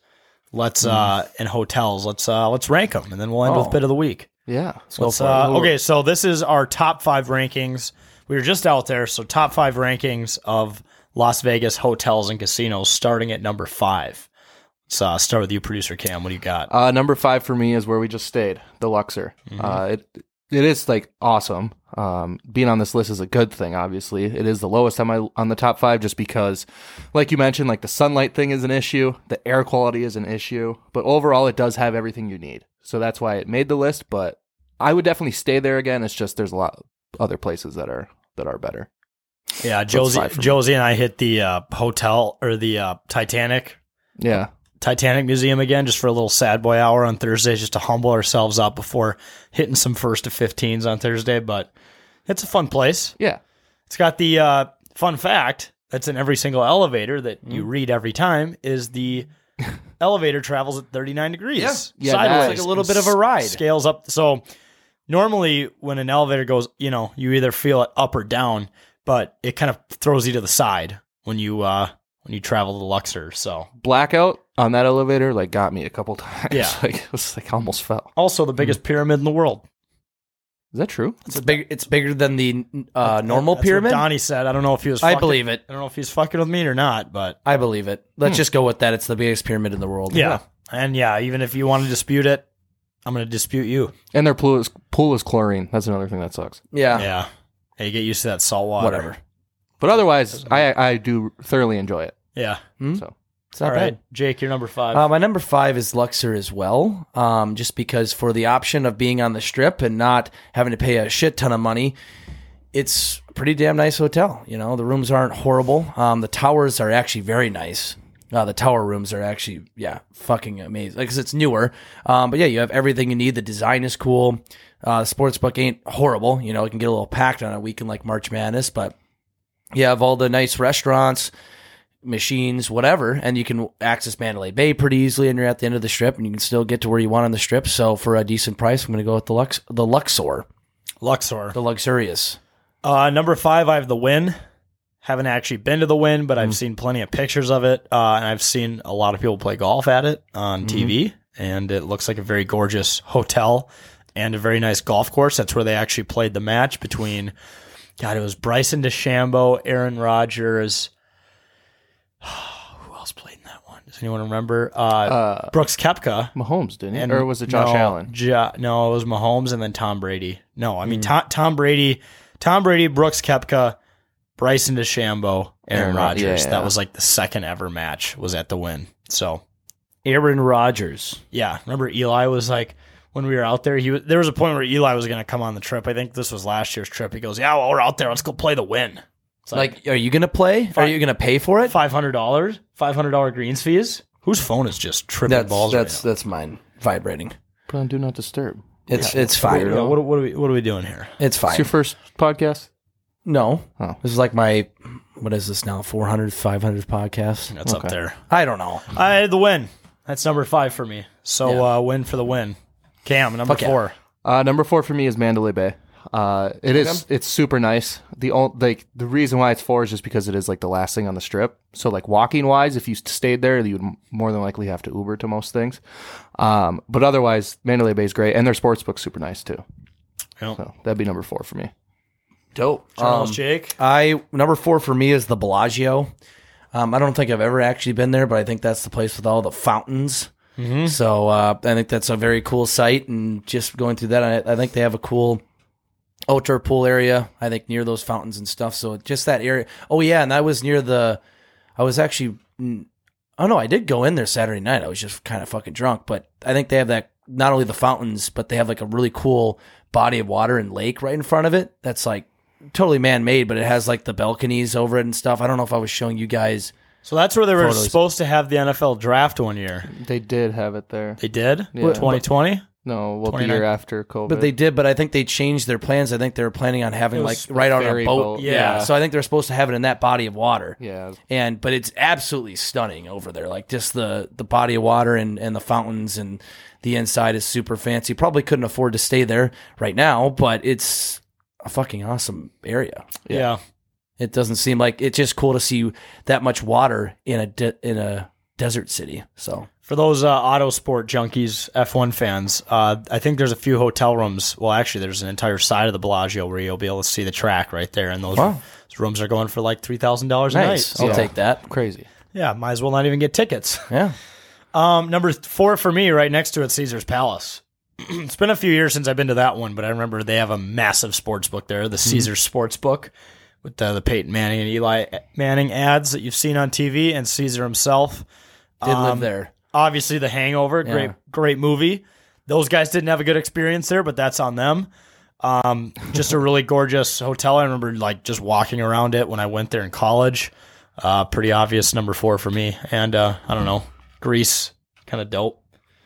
Speaker 1: let's uh and hotels, let's uh let's rank them, and then we'll end
Speaker 9: Oh.
Speaker 1: with bit of the week.
Speaker 10: Yeah.
Speaker 1: Let's, uh, okay, so this is our top five rankings. We were just out there, so top five rankings of Las Vegas hotels and casinos, starting at number five. Let's uh, start with you, producer Cam. What do you got?
Speaker 10: Uh, number five for me is where we just stayed, the Luxor. Uh, it it is like awesome. Um, being on this list is a good thing. Obviously, it is the lowest on my on the top five just because, like you mentioned, like the sunlight thing is an issue, the air quality is an issue, but overall it does have everything you need. So that's why it made the list. But I would definitely stay there again. It's just there's a lot other places that are that are better.
Speaker 1: yeah, Josie,
Speaker 10: five for me.
Speaker 1: Josie, and I hit the uh, hotel or the uh, Titanic
Speaker 10: Yeah,
Speaker 1: Titanic Museum again, just for a little sad boy hour on Thursdays, just to humble ourselves up before hitting some first to 15s on Thursday. But it's a fun place.
Speaker 10: yeah.
Speaker 1: It's got the uh, fun fact that's in every single elevator that you read every time is the elevator travels at 39 degrees. Yeah,
Speaker 10: Yeah,
Speaker 1: sideways.
Speaker 10: that is- Like a
Speaker 9: little bit of a ride.
Speaker 1: Scales up. So normally when an elevator goes, you know, you either feel it up or down, but it kind of throws you to the side when you uh, when you travel to Luxor. So
Speaker 10: Blackout on that elevator like got me a couple times.
Speaker 1: Yeah.
Speaker 10: like it was like I almost fell.
Speaker 1: also the biggest pyramid in the world.
Speaker 10: Is that true?
Speaker 9: It's a big. It's bigger than the uh, normal
Speaker 1: That's what
Speaker 9: pyramid.
Speaker 1: Donnie said. I don't know if he was.
Speaker 9: I
Speaker 1: fucking-
Speaker 9: believe it.
Speaker 1: I don't know if he's fucking with me or not, but
Speaker 9: I believe it. Let's just go with that. It's the biggest pyramid in the world.
Speaker 1: and Hmm. yeah. Even if you want to dispute it, I'm going to dispute you.
Speaker 10: And their pool is pool is chlorine. That's another thing that sucks.
Speaker 9: yeah.
Speaker 1: yeah. Hey, get used to that salt water.
Speaker 9: Ah. Whatever.
Speaker 10: But otherwise, I I do thoroughly enjoy it.
Speaker 1: Yeah.
Speaker 10: So
Speaker 9: It's not
Speaker 1: All
Speaker 9: bad.
Speaker 1: right, Jake, you're number five.
Speaker 9: Uh, my number five is Luxor as well, um, just because for the option of being on the strip and not having to pay a shit ton of money, it's a pretty damn nice hotel. You know, the rooms aren't horrible. Um, the towers are actually very nice. Uh, the tower rooms are actually, yeah, fucking amazing. Like, 'cause it's newer. Um, but yeah, you have everything you need. The design is cool. Uh, sportsbook ain't horrible. You know, it can get a little packed on a weekend like March Madness, but you have all the nice restaurants machines, whatever, and you can access Mandalay Bay pretty easily. And you're at the end of the strip, and you can still get to where you want on the strip. So for a decent price, I'm going to go with the Lux, the Luxor,
Speaker 1: Luxor.
Speaker 9: the luxurious.
Speaker 1: Uh, number five, I have the Win. Haven't actually been to the Win, but I've seen plenty of pictures of it, uh, and I've seen a lot of people play golf at it on TV. And it looks like a very gorgeous hotel and a very nice golf course. That's where they actually played the match between. God, it was Bryson DeChambeau, Aaron Rodgers. Who else played in that one? Does anyone remember? Uh, Brooks Kepka.
Speaker 10: Mahomes didn't, he?
Speaker 1: And-
Speaker 10: or was it Josh
Speaker 1: no,
Speaker 10: Allen? Hmm.
Speaker 1: Ja- no, it was Mahomes and then Tom Brady. No, I mean Tom, Tom Brady, Tom Brady, Brooks Kepka, Bryson DeChambeau, Aaron
Speaker 10: Aaron Rod-
Speaker 1: Rodgers.
Speaker 10: yeah,
Speaker 1: That
Speaker 10: yeah.
Speaker 1: was like the second ever match was at the win. So
Speaker 9: Aaron Rodgers.
Speaker 1: yeah, remember Eli was like when we were out there. He was, there was a point where Eli was going to come on the trip. I think this was last year's trip. He goes, "Yeah, well, we're out there. Let's go play the win." It's
Speaker 9: like, are you gonna play? are you gonna pay for it?
Speaker 1: Five hundred dollars, five hundred dollar greens fees. Whose phone is just tripping
Speaker 9: That's
Speaker 1: balls?
Speaker 9: that's that's mine vibrating.
Speaker 10: Put on Do Not Disturb.
Speaker 9: It's it's fine.
Speaker 1: Yeah, what, what are we what are we doing here?
Speaker 9: It's fine.
Speaker 10: It's your first podcast.
Speaker 9: no,
Speaker 10: Oh.
Speaker 9: this is like my what is this now? 400, 500 podcast.
Speaker 1: That's up there.
Speaker 9: I don't know.
Speaker 1: I had the win. That's number five for me. So
Speaker 9: Yeah.
Speaker 1: uh, win for the win. Cam number
Speaker 9: Fuck yeah.
Speaker 1: four.
Speaker 10: Uh, number four for me is Mandalay Bay. Uh, it is. It's super nice. The only like the reason why it's four is just because it is like the last thing on the strip. So like walking wise, if you stayed there, you would m- more than likely have to Uber to most things. Um, but otherwise, Mandalay Bay is great, and their sports book's super nice too.
Speaker 1: Yep.
Speaker 10: So that'd be number four for me.
Speaker 9: Dope.
Speaker 1: Charles Jake.
Speaker 9: I number four for me is the Bellagio. Um, I don't think I've ever actually been there, but I think that's the place with all the fountains. So uh, I think that's a very cool site, and just going through that, I, I think they have a cool outdoor pool area. I think near those fountains and stuff. So just that area. Oh yeah, and I was near the. I was actually. mm, Oh no, I did go in there Saturday night. I was just kind of fucking drunk, but I think they have that not only the fountains, but they have like a really cool body of water and lake right in front of it. That's like totally man made, but it has like the balconies over it and stuff. I don't know if I was showing you guys.
Speaker 1: So that's where they were
Speaker 9: Photos.
Speaker 1: supposed to have the NFL draft one year.
Speaker 10: They did have it there.
Speaker 1: They did.
Speaker 10: Yeah.
Speaker 1: Twenty twenty.
Speaker 10: No, well, the
Speaker 1: 29.
Speaker 10: year after COVID.
Speaker 9: But they did, but I think they changed their plans. I think they were planning on having
Speaker 1: It
Speaker 9: like
Speaker 1: was
Speaker 9: right on a
Speaker 10: ferry
Speaker 9: boat.
Speaker 10: boat,
Speaker 1: yeah.
Speaker 9: So I think they're supposed to have it in that body of water.
Speaker 10: yeah,
Speaker 9: And but it's absolutely stunning over there. Like just the the body of water and and the fountains and the inside is super fancy. Probably couldn't afford to stay there right now, but it's a fucking awesome area.
Speaker 1: Yeah.
Speaker 9: It doesn't seem like it's just cool to see that much water in a de- in a desert city. So
Speaker 1: For those uh, auto sport junkies, F1 fans, uh, I think there's a few hotel rooms. Well, actually, there's an entire side of the Bellagio where you'll be able to see the track right there, and those,
Speaker 9: Wow.
Speaker 1: those rooms are going for like three thousand dollars a
Speaker 9: nice.
Speaker 1: night.
Speaker 9: I'll
Speaker 1: So,
Speaker 9: take that.
Speaker 10: crazy.
Speaker 1: yeah, might as well not even get tickets.
Speaker 9: Yeah.
Speaker 1: Um, number four for me, right next to it, Caesar's Palace. it's been a few years since I've been to that one, but I remember they have a massive sports book there, the Caesar's sports book, with the, the Peyton Manning and Eli eh, Manning ads that you've seen on TV, and Caesar himself.
Speaker 9: Did live
Speaker 1: Um,
Speaker 9: there.
Speaker 1: Obviously, The Hangover, great
Speaker 9: Yeah.
Speaker 1: great movie. Those guys didn't have a good experience there, but that's on them. Um, just a really gorgeous hotel. I remember like just walking around it when I went there in college. Uh, pretty obvious number four for me, and uh, I don't know, Greece, kind of dope.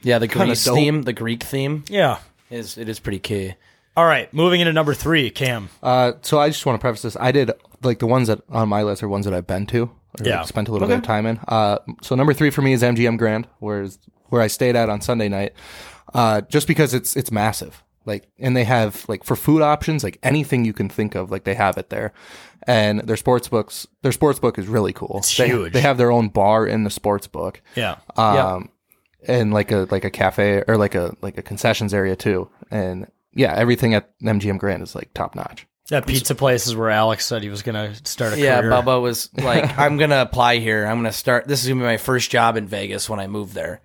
Speaker 9: Yeah, the
Speaker 10: Kinda
Speaker 9: Greek
Speaker 10: dope.
Speaker 9: theme, the Greek theme
Speaker 1: Yeah.
Speaker 9: is it is pretty key.
Speaker 1: All right, moving into number three, Cam.
Speaker 10: Uh, so I just want to preface this. I did like the ones that on my list are ones that I've been to. Or
Speaker 1: Yeah.
Speaker 10: Spent a little bit of time in. Uh, so number three for me is MGM Grand, where where I stayed at on Sunday night. Uh, just because it's it's massive. Like and they have like for food options, like anything you can think of, like they have it there. And their sports books, their sports book is really cool. It's they,
Speaker 1: huge.
Speaker 10: They have their own bar in the sports book
Speaker 1: Yeah.
Speaker 9: Uh,
Speaker 10: um, and like a like a cafe or like a like a concessions area too. And yeah, everything at MGM Grand is like top notch.
Speaker 1: that pizza place is where Alex said he was going to start a
Speaker 9: Yeah,
Speaker 1: career.
Speaker 9: Bubba was like, I'm gonna apply here. I'm gonna start. This is gonna be my first job in Vegas when I move there.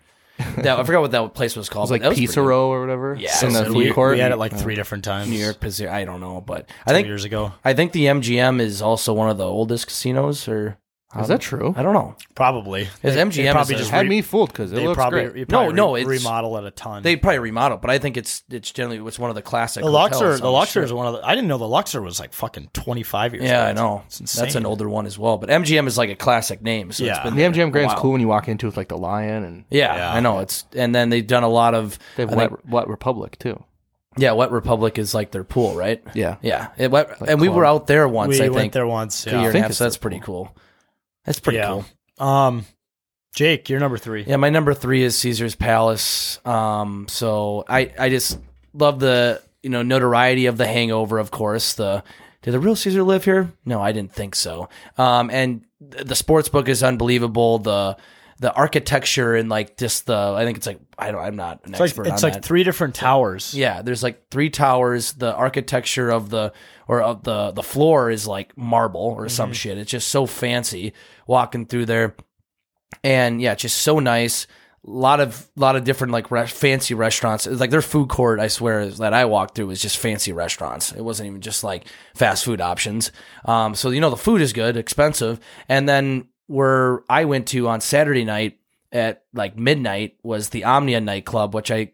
Speaker 9: That I forgot what that place was
Speaker 10: It's
Speaker 9: called. but
Speaker 10: like
Speaker 9: Oh, that was
Speaker 10: Pizza
Speaker 9: pretty-
Speaker 10: Row or whatever.
Speaker 9: Yeah,
Speaker 10: in the
Speaker 9: so
Speaker 10: food
Speaker 1: we,
Speaker 10: court.
Speaker 1: we had it like three different times.
Speaker 9: New York Pizza. I don't know, but I
Speaker 1: two
Speaker 9: think
Speaker 1: years ago.
Speaker 9: I think the MGM is also one of the oldest casinos. Or um,
Speaker 10: Is that true?
Speaker 9: I don't know.
Speaker 1: Probably.
Speaker 9: His
Speaker 1: They-
Speaker 9: MGM
Speaker 1: they
Speaker 9: is
Speaker 1: probably
Speaker 9: a-
Speaker 1: just
Speaker 10: had
Speaker 1: re-
Speaker 10: me fooled because it
Speaker 1: They
Speaker 10: looks
Speaker 1: probably,
Speaker 10: great.
Speaker 1: you probably
Speaker 9: No, no,
Speaker 1: re-
Speaker 9: it's-
Speaker 1: remodel it a ton.
Speaker 9: They probably remodeled, but I think it's it's generally it's one of the classic.
Speaker 1: the
Speaker 9: hotels
Speaker 1: Luxor,
Speaker 9: on
Speaker 1: the Luxor
Speaker 9: strip.
Speaker 1: is one of the. I didn't know the Luxor was like fucking twenty five years.
Speaker 9: Yeah,
Speaker 1: old.
Speaker 9: I know.
Speaker 1: It's insane.
Speaker 9: That's an older one as well. But MGM is like a classic name. So
Speaker 1: Yeah.
Speaker 9: it's been
Speaker 10: The
Speaker 9: there
Speaker 10: MGM Grand's
Speaker 9: a while.
Speaker 10: cool when you walk into with like the lion and
Speaker 9: Yeah,
Speaker 1: Yeah.
Speaker 9: I know. It's and then they've done a lot of
Speaker 10: they have
Speaker 9: I
Speaker 10: Wet,
Speaker 9: think-
Speaker 10: Wet Republic too.
Speaker 9: yeah. Wet Republic is like their pool, right?
Speaker 10: Yeah.
Speaker 9: yeah. It, Wet,
Speaker 10: Like
Speaker 9: and we
Speaker 10: club.
Speaker 9: were out there once.
Speaker 1: We
Speaker 9: I
Speaker 1: went
Speaker 9: think
Speaker 1: there once.
Speaker 9: a year
Speaker 1: Yeah.
Speaker 9: and a
Speaker 10: think
Speaker 9: half.
Speaker 10: it's
Speaker 9: So
Speaker 10: their
Speaker 9: that's pretty cool. That's pretty
Speaker 1: Yeah.
Speaker 9: cool.
Speaker 1: Um, Jake, you're number three.
Speaker 9: Yeah, my number three is Caesar's Palace. Um, so I I just love the you know notoriety of the Hangover, of course. The did the real Caesar live here? No, I didn't think so. Um, and th- the sports book is unbelievable. The the architecture and like just the I think it's like I don't I'm not an
Speaker 1: It's
Speaker 9: expert.
Speaker 1: like it's
Speaker 9: on
Speaker 1: like
Speaker 9: that.
Speaker 1: three different towers.
Speaker 9: Yeah, there's like three towers. The architecture of the or of the the floor is like marble or some shit. It's just so fancy walking through there, and yeah, just so nice. A lot of lot of different like res- fancy restaurants. It's like their food court, I swear, is- that I walked through was just fancy restaurants. It wasn't even just like fast food options. Um, so you know the food is good, expensive, and then where I went to on Saturday night at like midnight was the Omnia nightclub, which I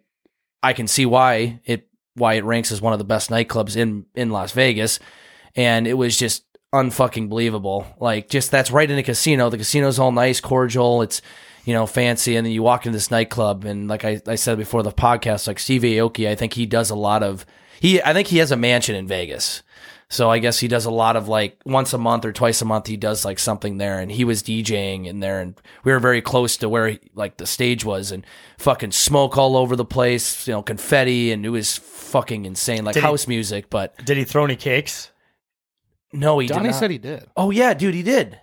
Speaker 9: I can see why it why it ranks as one of the best nightclubs in in Las Vegas, and it was just unfucking believable. Like just that's right in a casino. The casino's all nice, cordial. It's you know fancy, and then you walk into this nightclub, and like I, I said before the podcast, like Steve Aoki, I think he does a lot of he. I think he has a mansion in Vegas. So I guess he does a lot of like once a month or twice a month he does like something there and he was DJing in there and we were very close to where like the stage was and fucking smoke all over the place, you know, confetti and it was fucking insane like
Speaker 1: Did he-
Speaker 9: house music, but
Speaker 1: Did he throw any cakes?
Speaker 9: no, he did
Speaker 10: Donnie
Speaker 9: not.
Speaker 10: said he did.
Speaker 9: Oh yeah, dude, he did.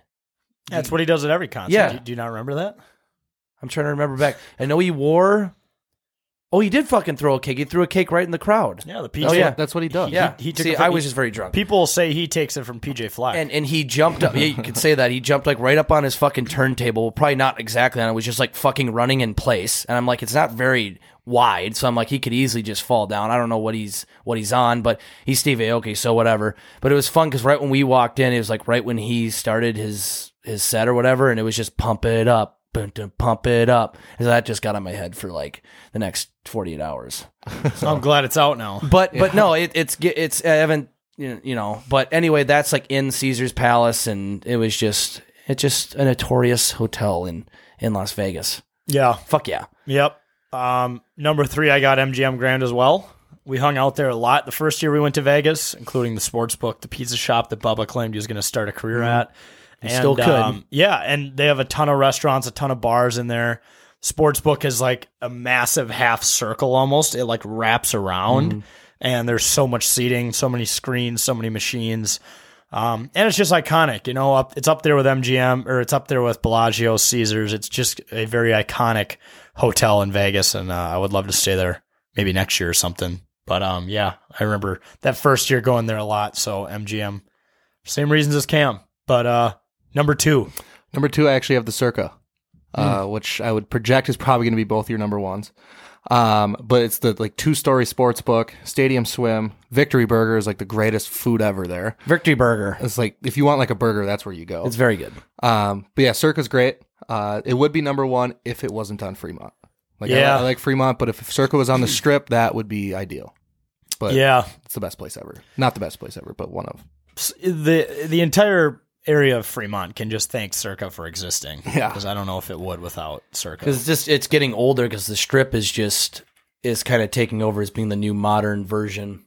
Speaker 1: That's what he does at every concert.
Speaker 9: Mm. Yeah.
Speaker 1: Do you, do you not remember that?
Speaker 9: I'm trying to remember back. I know he wore Oh, he did fucking throw a cake. He threw a cake right in the crowd.
Speaker 1: Yeah, the PJ.
Speaker 9: Oh yeah.
Speaker 10: That's what he does.
Speaker 9: Yeah.
Speaker 1: he took
Speaker 9: See,
Speaker 1: it from-
Speaker 9: I was just very drunk.
Speaker 1: People say he takes it from PJ Fly.
Speaker 9: And and he jumped up. Yeah, you could say that. He jumped like right up on his fucking turntable. Probably not exactly on it. Was just like fucking running in place. And I'm like, it's not very wide, so I'm like, he could easily just fall down. I don't know what he's what he's on, but he's Steve Aoki, so whatever. But it was fun because right when we walked in, it was like right when he started his his set or whatever, and it was just pump it up. boom, boom, Pump it up. And so that just got on my head for like the next 48 hours.
Speaker 1: I'm glad it's out now.
Speaker 9: But but no, it, it's it's I haven't you know- you know. But anyway, that's like in Caesar's Palace, and it was just it's just a notorious hotel in in Las Vegas.
Speaker 1: Yeah.
Speaker 9: Fuck yeah,
Speaker 1: Yep. Um, number three, I got MGM Grand as well. We hung out there a lot the first year we went to Vegas, including the sports book, the pizza shop that Bubba claimed he was going to start a career at. And, um,
Speaker 9: still could.
Speaker 1: yeah, and they have a ton of restaurants, a ton of bars in there. Sportsbook is like a massive half circle almost. It like wraps around, and there's so much seating, so many screens, so many machines. Um, and it's just iconic, you know. Up, it's up there with MGM, or it's up there with Bellagio, Caesars. It's just a very iconic hotel in Vegas, and uh, I would love to stay there maybe next year or something. But um, yeah, I remember that first year going there a lot. So MGM, same reasons as Cam. But uh, number two,
Speaker 10: Number two, I actually have the Circa,
Speaker 9: Mm.
Speaker 10: uh, which I would project is probably going to be both your number ones. Um, but it's the like two story sports book, stadium swim, Victory Burger is like the greatest food ever there.
Speaker 9: Victory Burger.
Speaker 10: It's like if you want like a burger, that's where you go.
Speaker 9: It's very good.
Speaker 10: Um, but yeah, Circa's great. Uh, it would be number one if it wasn't on Fremont. Like I-
Speaker 1: Yeah.
Speaker 10: I, like Fremont, but if Circa was on the Strip, that would be ideal. But
Speaker 1: yeah,
Speaker 10: it's the best place ever. Not the best place ever, but one of.
Speaker 1: the the entire area of Fremont can just thank Circa for existing.
Speaker 10: Yeah.
Speaker 1: because I don't know if it would without Circa.
Speaker 9: Because it's just it's getting older. Because the strip is just is kind of taking over as being the new modern version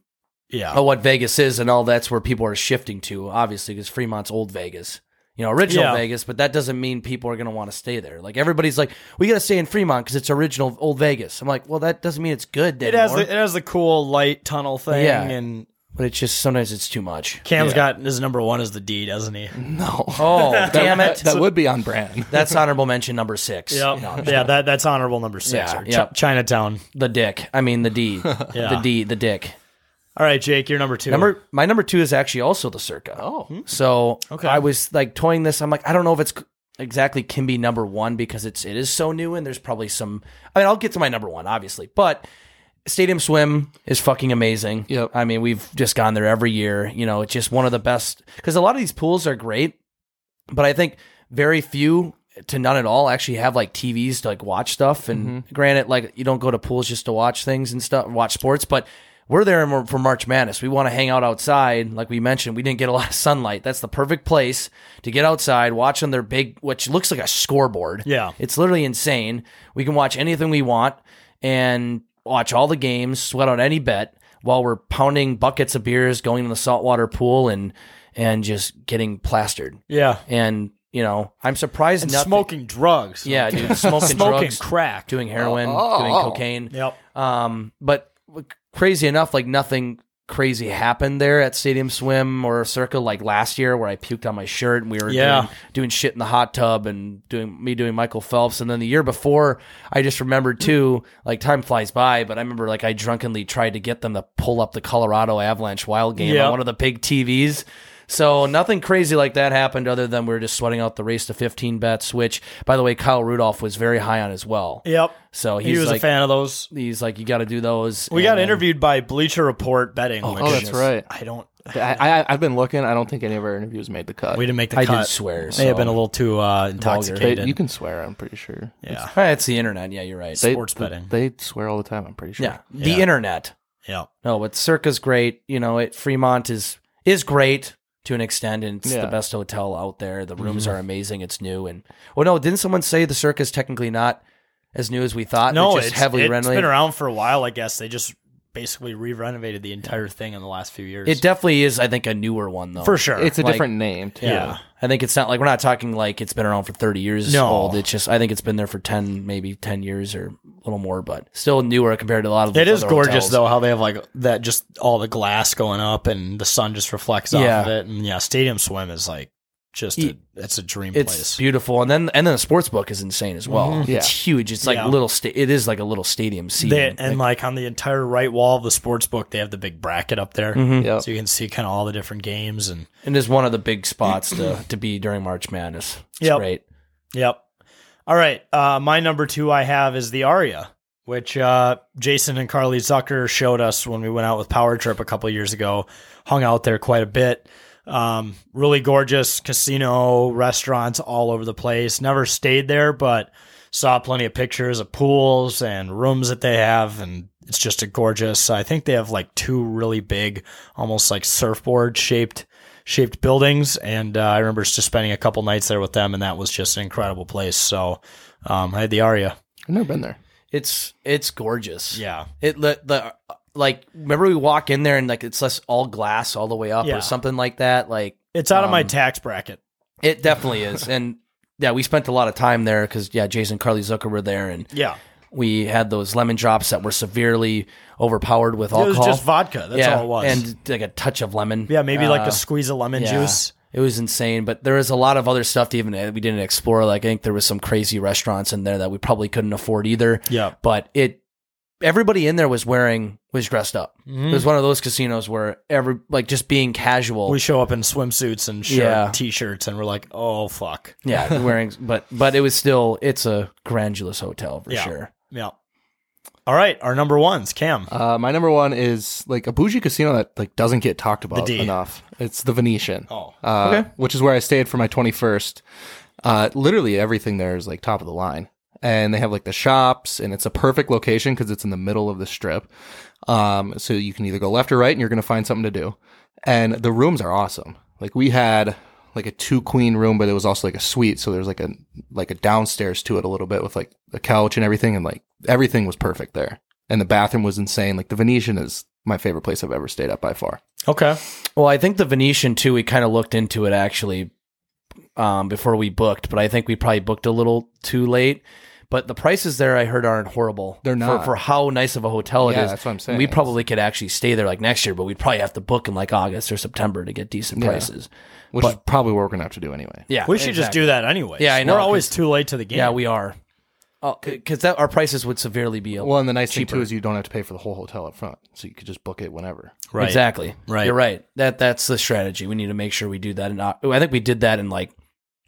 Speaker 1: Yeah,
Speaker 9: of Oh, what Vegas is, and all that's where people are shifting to. Obviously, because Fremont's old Vegas. You know, original
Speaker 1: Yeah.
Speaker 9: Vegas, but that doesn't mean people are going to want to stay there. Like everybody's like, we got to stay in Fremont because it's original old Vegas. I'm like, well, that doesn't mean it's good.
Speaker 1: it has the,
Speaker 9: anymore.
Speaker 1: it has the cool light tunnel thing,
Speaker 9: Yeah.
Speaker 1: and
Speaker 9: but it's just sometimes it's too much.
Speaker 1: Cam's got his number one is the D, doesn't he?
Speaker 10: No.
Speaker 9: Oh, damn it!
Speaker 10: That would be on brand.
Speaker 9: That's honorable mention number six.
Speaker 1: Yep. yeah, that that's honorable number six.
Speaker 9: Yeah,
Speaker 1: or Chi-
Speaker 9: yep.
Speaker 1: Chinatown.
Speaker 9: The dick. I mean the D. The D. The dick.
Speaker 1: All right, Jake, you're number two.
Speaker 9: Number my number two is actually also the Circa. Oh, so
Speaker 1: Okay.
Speaker 9: I was like toying this. I'm like, I don't know if it's exactly can be number one because it's it is so new and there's probably some. I mean, I'll get to my number one obviously, but Stadium Swim is fucking amazing.
Speaker 10: Yep.
Speaker 9: I mean, we've just gone there every year. You know, it's just one of the best because a lot of these pools are great, but I think very few to none at all actually have like TVs to like watch stuff. And granted, like you don't go to pools just to watch things and stuff, watch sports, but we're there and we're- for March Madness. We want to hang out outside. Like we mentioned, we didn't get a lot of sunlight. That's the perfect place to get outside, watch on their big, which looks like a scoreboard.
Speaker 1: Yeah.
Speaker 9: It's literally insane. We can watch anything we want and watch all the games, sweat on any bet while we're pounding buckets of beers, going to the saltwater pool and, and just getting plastered
Speaker 1: yeah,
Speaker 9: and you know I'm surprised
Speaker 1: and
Speaker 9: nothing-
Speaker 1: smoking drugs.
Speaker 9: Yeah, dude, smoking,
Speaker 1: smoking
Speaker 9: drugs,
Speaker 1: crack. Oh,
Speaker 9: doing heroin, doing cocaine.
Speaker 1: Yep.
Speaker 9: Um, but crazy enough, like nothing crazy happened there at Stadium Swim or Circa like last year, where I puked on my shirt and we were
Speaker 1: Yeah.
Speaker 9: doing, doing shit in the hot tub and doing me doing Michael Phelps. And then the year before, I just
Speaker 1: Mm.
Speaker 9: remembered too, like time flies by, but I remember like I drunkenly tried to get them to pull up the Colorado Avalanche Wild game
Speaker 1: Yeah.
Speaker 9: on one of the big TVs. So nothing crazy like that happened other than we were just sweating out the race to 15 bets, which by the way, Kyle Rudolph was very high on as well.
Speaker 1: Yep.
Speaker 9: So
Speaker 1: He
Speaker 9: he's
Speaker 1: was
Speaker 9: like,
Speaker 1: a fan of those.
Speaker 9: He's like, you got to do those.
Speaker 1: We
Speaker 9: And
Speaker 1: got
Speaker 9: then-
Speaker 1: interviewed by Bleacher Report betting. which
Speaker 10: oh, that's
Speaker 1: is-
Speaker 10: right.
Speaker 1: I don't.
Speaker 9: Uh,
Speaker 10: I, I, I've been looking. I don't think any of our interviews made the cut.
Speaker 1: We didn't make the
Speaker 9: I
Speaker 1: cut.
Speaker 9: did swear.
Speaker 1: May
Speaker 9: so.
Speaker 1: have been a little too uh,
Speaker 10: They-
Speaker 1: intoxicated.
Speaker 10: you can swear. I'm pretty sure.
Speaker 1: yeah.
Speaker 9: Ah, it's the internet. Yeah, you're right.
Speaker 10: They-
Speaker 1: Sports betting.
Speaker 10: They swear all the time. I'm pretty sure.
Speaker 9: yeah, the
Speaker 1: Yeah.
Speaker 9: internet.
Speaker 1: Yeah.
Speaker 9: No, but Circa's great. You know, it Fremont is is great. to an extent, and it's
Speaker 10: Yeah.
Speaker 9: the best hotel out there. The rooms
Speaker 10: Mhm.
Speaker 9: are amazing. It's new, and well, no, didn't someone say the circus technically not as new as we thought?
Speaker 1: no, it's,
Speaker 9: it's just heavily
Speaker 1: it's
Speaker 9: renovated.
Speaker 1: been around for a while. I guess they just basically re-renovated the entire thing in the last few years.
Speaker 9: It definitely is, I think, a newer one though.
Speaker 1: For sure. It's a
Speaker 9: Like-
Speaker 1: different name, too.
Speaker 9: Yeah.
Speaker 1: Yeah.
Speaker 9: I think it's not like we're not talking like it's been around for thirty years
Speaker 1: No.
Speaker 9: old. It's just I think it's been there for ten, maybe ten years or a little more, but still newer compared to a lot of.
Speaker 1: It
Speaker 9: the
Speaker 1: is
Speaker 9: other
Speaker 1: gorgeous
Speaker 9: hotels.
Speaker 1: though how they have like that just all the glass going up and the sun just reflects
Speaker 9: Yeah.
Speaker 1: off of it and yeah, Stadium Swim is like just
Speaker 9: Ye-
Speaker 1: a, that's a dream
Speaker 9: It's
Speaker 1: place.
Speaker 9: beautiful, and then and then the sports book is insane as well.
Speaker 1: Mhm.
Speaker 9: It's
Speaker 1: Yeah.
Speaker 9: huge. It's like
Speaker 1: Yeah.
Speaker 9: little. Sta- it is like a little stadium seat.
Speaker 1: They, and like on the entire right wall of the sports book, they have the big bracket up there,
Speaker 9: Mhm. Yep.
Speaker 1: so you can see kind of all the different games and
Speaker 9: and is one of the big spots to to be during March Madness. It's
Speaker 1: Yep.
Speaker 9: great.
Speaker 1: Yep. All right. Uh, my number two I have is the Aria, which uh, Jason and Carly Zucker showed us when we went out with Power Trip a couple years ago. Hung out there quite a bit. Um, really gorgeous casino, restaurants all over the place. Never stayed there, but saw plenty of pictures of pools and rooms that they have, and it's just a gorgeous. I think they have like two really big, almost like surfboard shaped shaped buildings. And uh, I remember just spending a couple nights there with them, and that was just an incredible place. So um, I had the Aria.
Speaker 10: I've never been there.
Speaker 9: It's it's gorgeous.
Speaker 1: Yeah.
Speaker 9: It le- the like remember we walk in there and like it's less all glass all the way up
Speaker 1: Yeah.
Speaker 9: or something like that. Like
Speaker 1: It's out of my
Speaker 9: um,
Speaker 1: tax bracket.
Speaker 9: It definitely is. And yeah, we spent a lot of time there because yeah, Jason and Carly Zucker were there and
Speaker 1: Yeah.
Speaker 9: we had those lemon drops that were severely overpowered with
Speaker 1: It was
Speaker 9: alcohol.
Speaker 1: just vodka. That's all it was.
Speaker 9: And like a touch of lemon.
Speaker 1: Yeah, maybe like
Speaker 9: Uh,
Speaker 1: a squeeze of lemon
Speaker 9: yeah.
Speaker 1: juice.
Speaker 9: It was insane, but there was a lot of other stuff to even that we didn't explore. Like I think there was some crazy restaurants in there that we probably couldn't afford either.
Speaker 1: Yeah.
Speaker 9: But it everybody in there was wearing was dressed up.
Speaker 1: Mhm.
Speaker 9: It was one of those casinos where every like just being casual.
Speaker 1: We show up in swimsuits and shirt,
Speaker 9: Yeah.
Speaker 1: t-shirts, and we're like, "Oh fuck!"
Speaker 9: yeah, wearing but but it was still it's a grandiose hotel for
Speaker 1: Yeah.
Speaker 9: sure.
Speaker 1: Yeah. All right, our number ones, Cam.
Speaker 10: Uh, my number one is like a bougie casino that like doesn't get talked about
Speaker 1: D.
Speaker 10: enough. It's the Venetian.
Speaker 1: Oh.
Speaker 10: uh,
Speaker 1: Okay.
Speaker 10: which is where I stayed for my twenty first. Uh, literally everything there is like top of the line, and they have like the shops, and it's a perfect location because it's in the middle of the strip. Um, so you can either go left or right, and you're gonna find something to do. And the rooms are awesome. Like we had like a two queen room, but it was also like a suite. So there's like a like a downstairs to it a little bit with like a couch and everything, and like everything was perfect there. And the bathroom was insane. Like the Venetian is my favorite place I've ever stayed at by far.
Speaker 1: Okay.
Speaker 9: Well, I think the Venetian too. We kind of looked into it actually um, before we booked, but I think we probably booked a little too late. But the prices there, I heard, aren't horrible.
Speaker 10: They're
Speaker 9: For-
Speaker 10: not.
Speaker 9: for, how nice of a hotel it is.
Speaker 10: Yeah, that's what I'm saying.
Speaker 9: We probably could actually stay there like next year, but we'd probably have to book in like August or September to get decent
Speaker 10: Yeah.
Speaker 9: prices.
Speaker 10: Which
Speaker 9: But-
Speaker 10: is probably what we're gonna have to do anyway.
Speaker 9: Yeah,
Speaker 1: we should just
Speaker 9: exactly.
Speaker 1: do that anyway.
Speaker 9: Yeah, I know,
Speaker 1: We're always
Speaker 9: 'cause-
Speaker 1: too late to the game.
Speaker 9: Yeah, we are. Because that our prices would severely be a-
Speaker 10: Oh, Well, and the nice
Speaker 9: cheaper.
Speaker 10: thing too is you don't have to pay for the whole hotel up front, so you could just book it whenever.
Speaker 1: Right.
Speaker 9: Exactly.
Speaker 1: Right.
Speaker 9: You're right. That that's the strategy. We need to make sure we do that. And I think we did that in like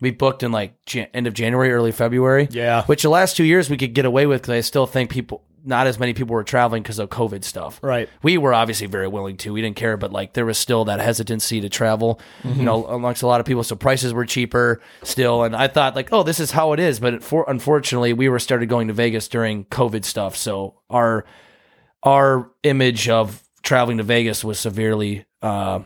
Speaker 9: we booked in like Jan- end of January, early February.
Speaker 1: Yeah.
Speaker 9: Which the last two years we could get away with because I still think people not as many people were traveling because of COVID stuff.
Speaker 1: Right.
Speaker 9: We were obviously very willing to. We didn't care, but like there was still that hesitancy to travel,
Speaker 1: Mm-hmm.
Speaker 9: you know, amongst a lot of people. So prices were cheaper still, and I thought like, oh, this is how it is. But it for, unfortunately, we were started going to Vegas during COVID stuff, so our our image of traveling to Vegas was severely uh, a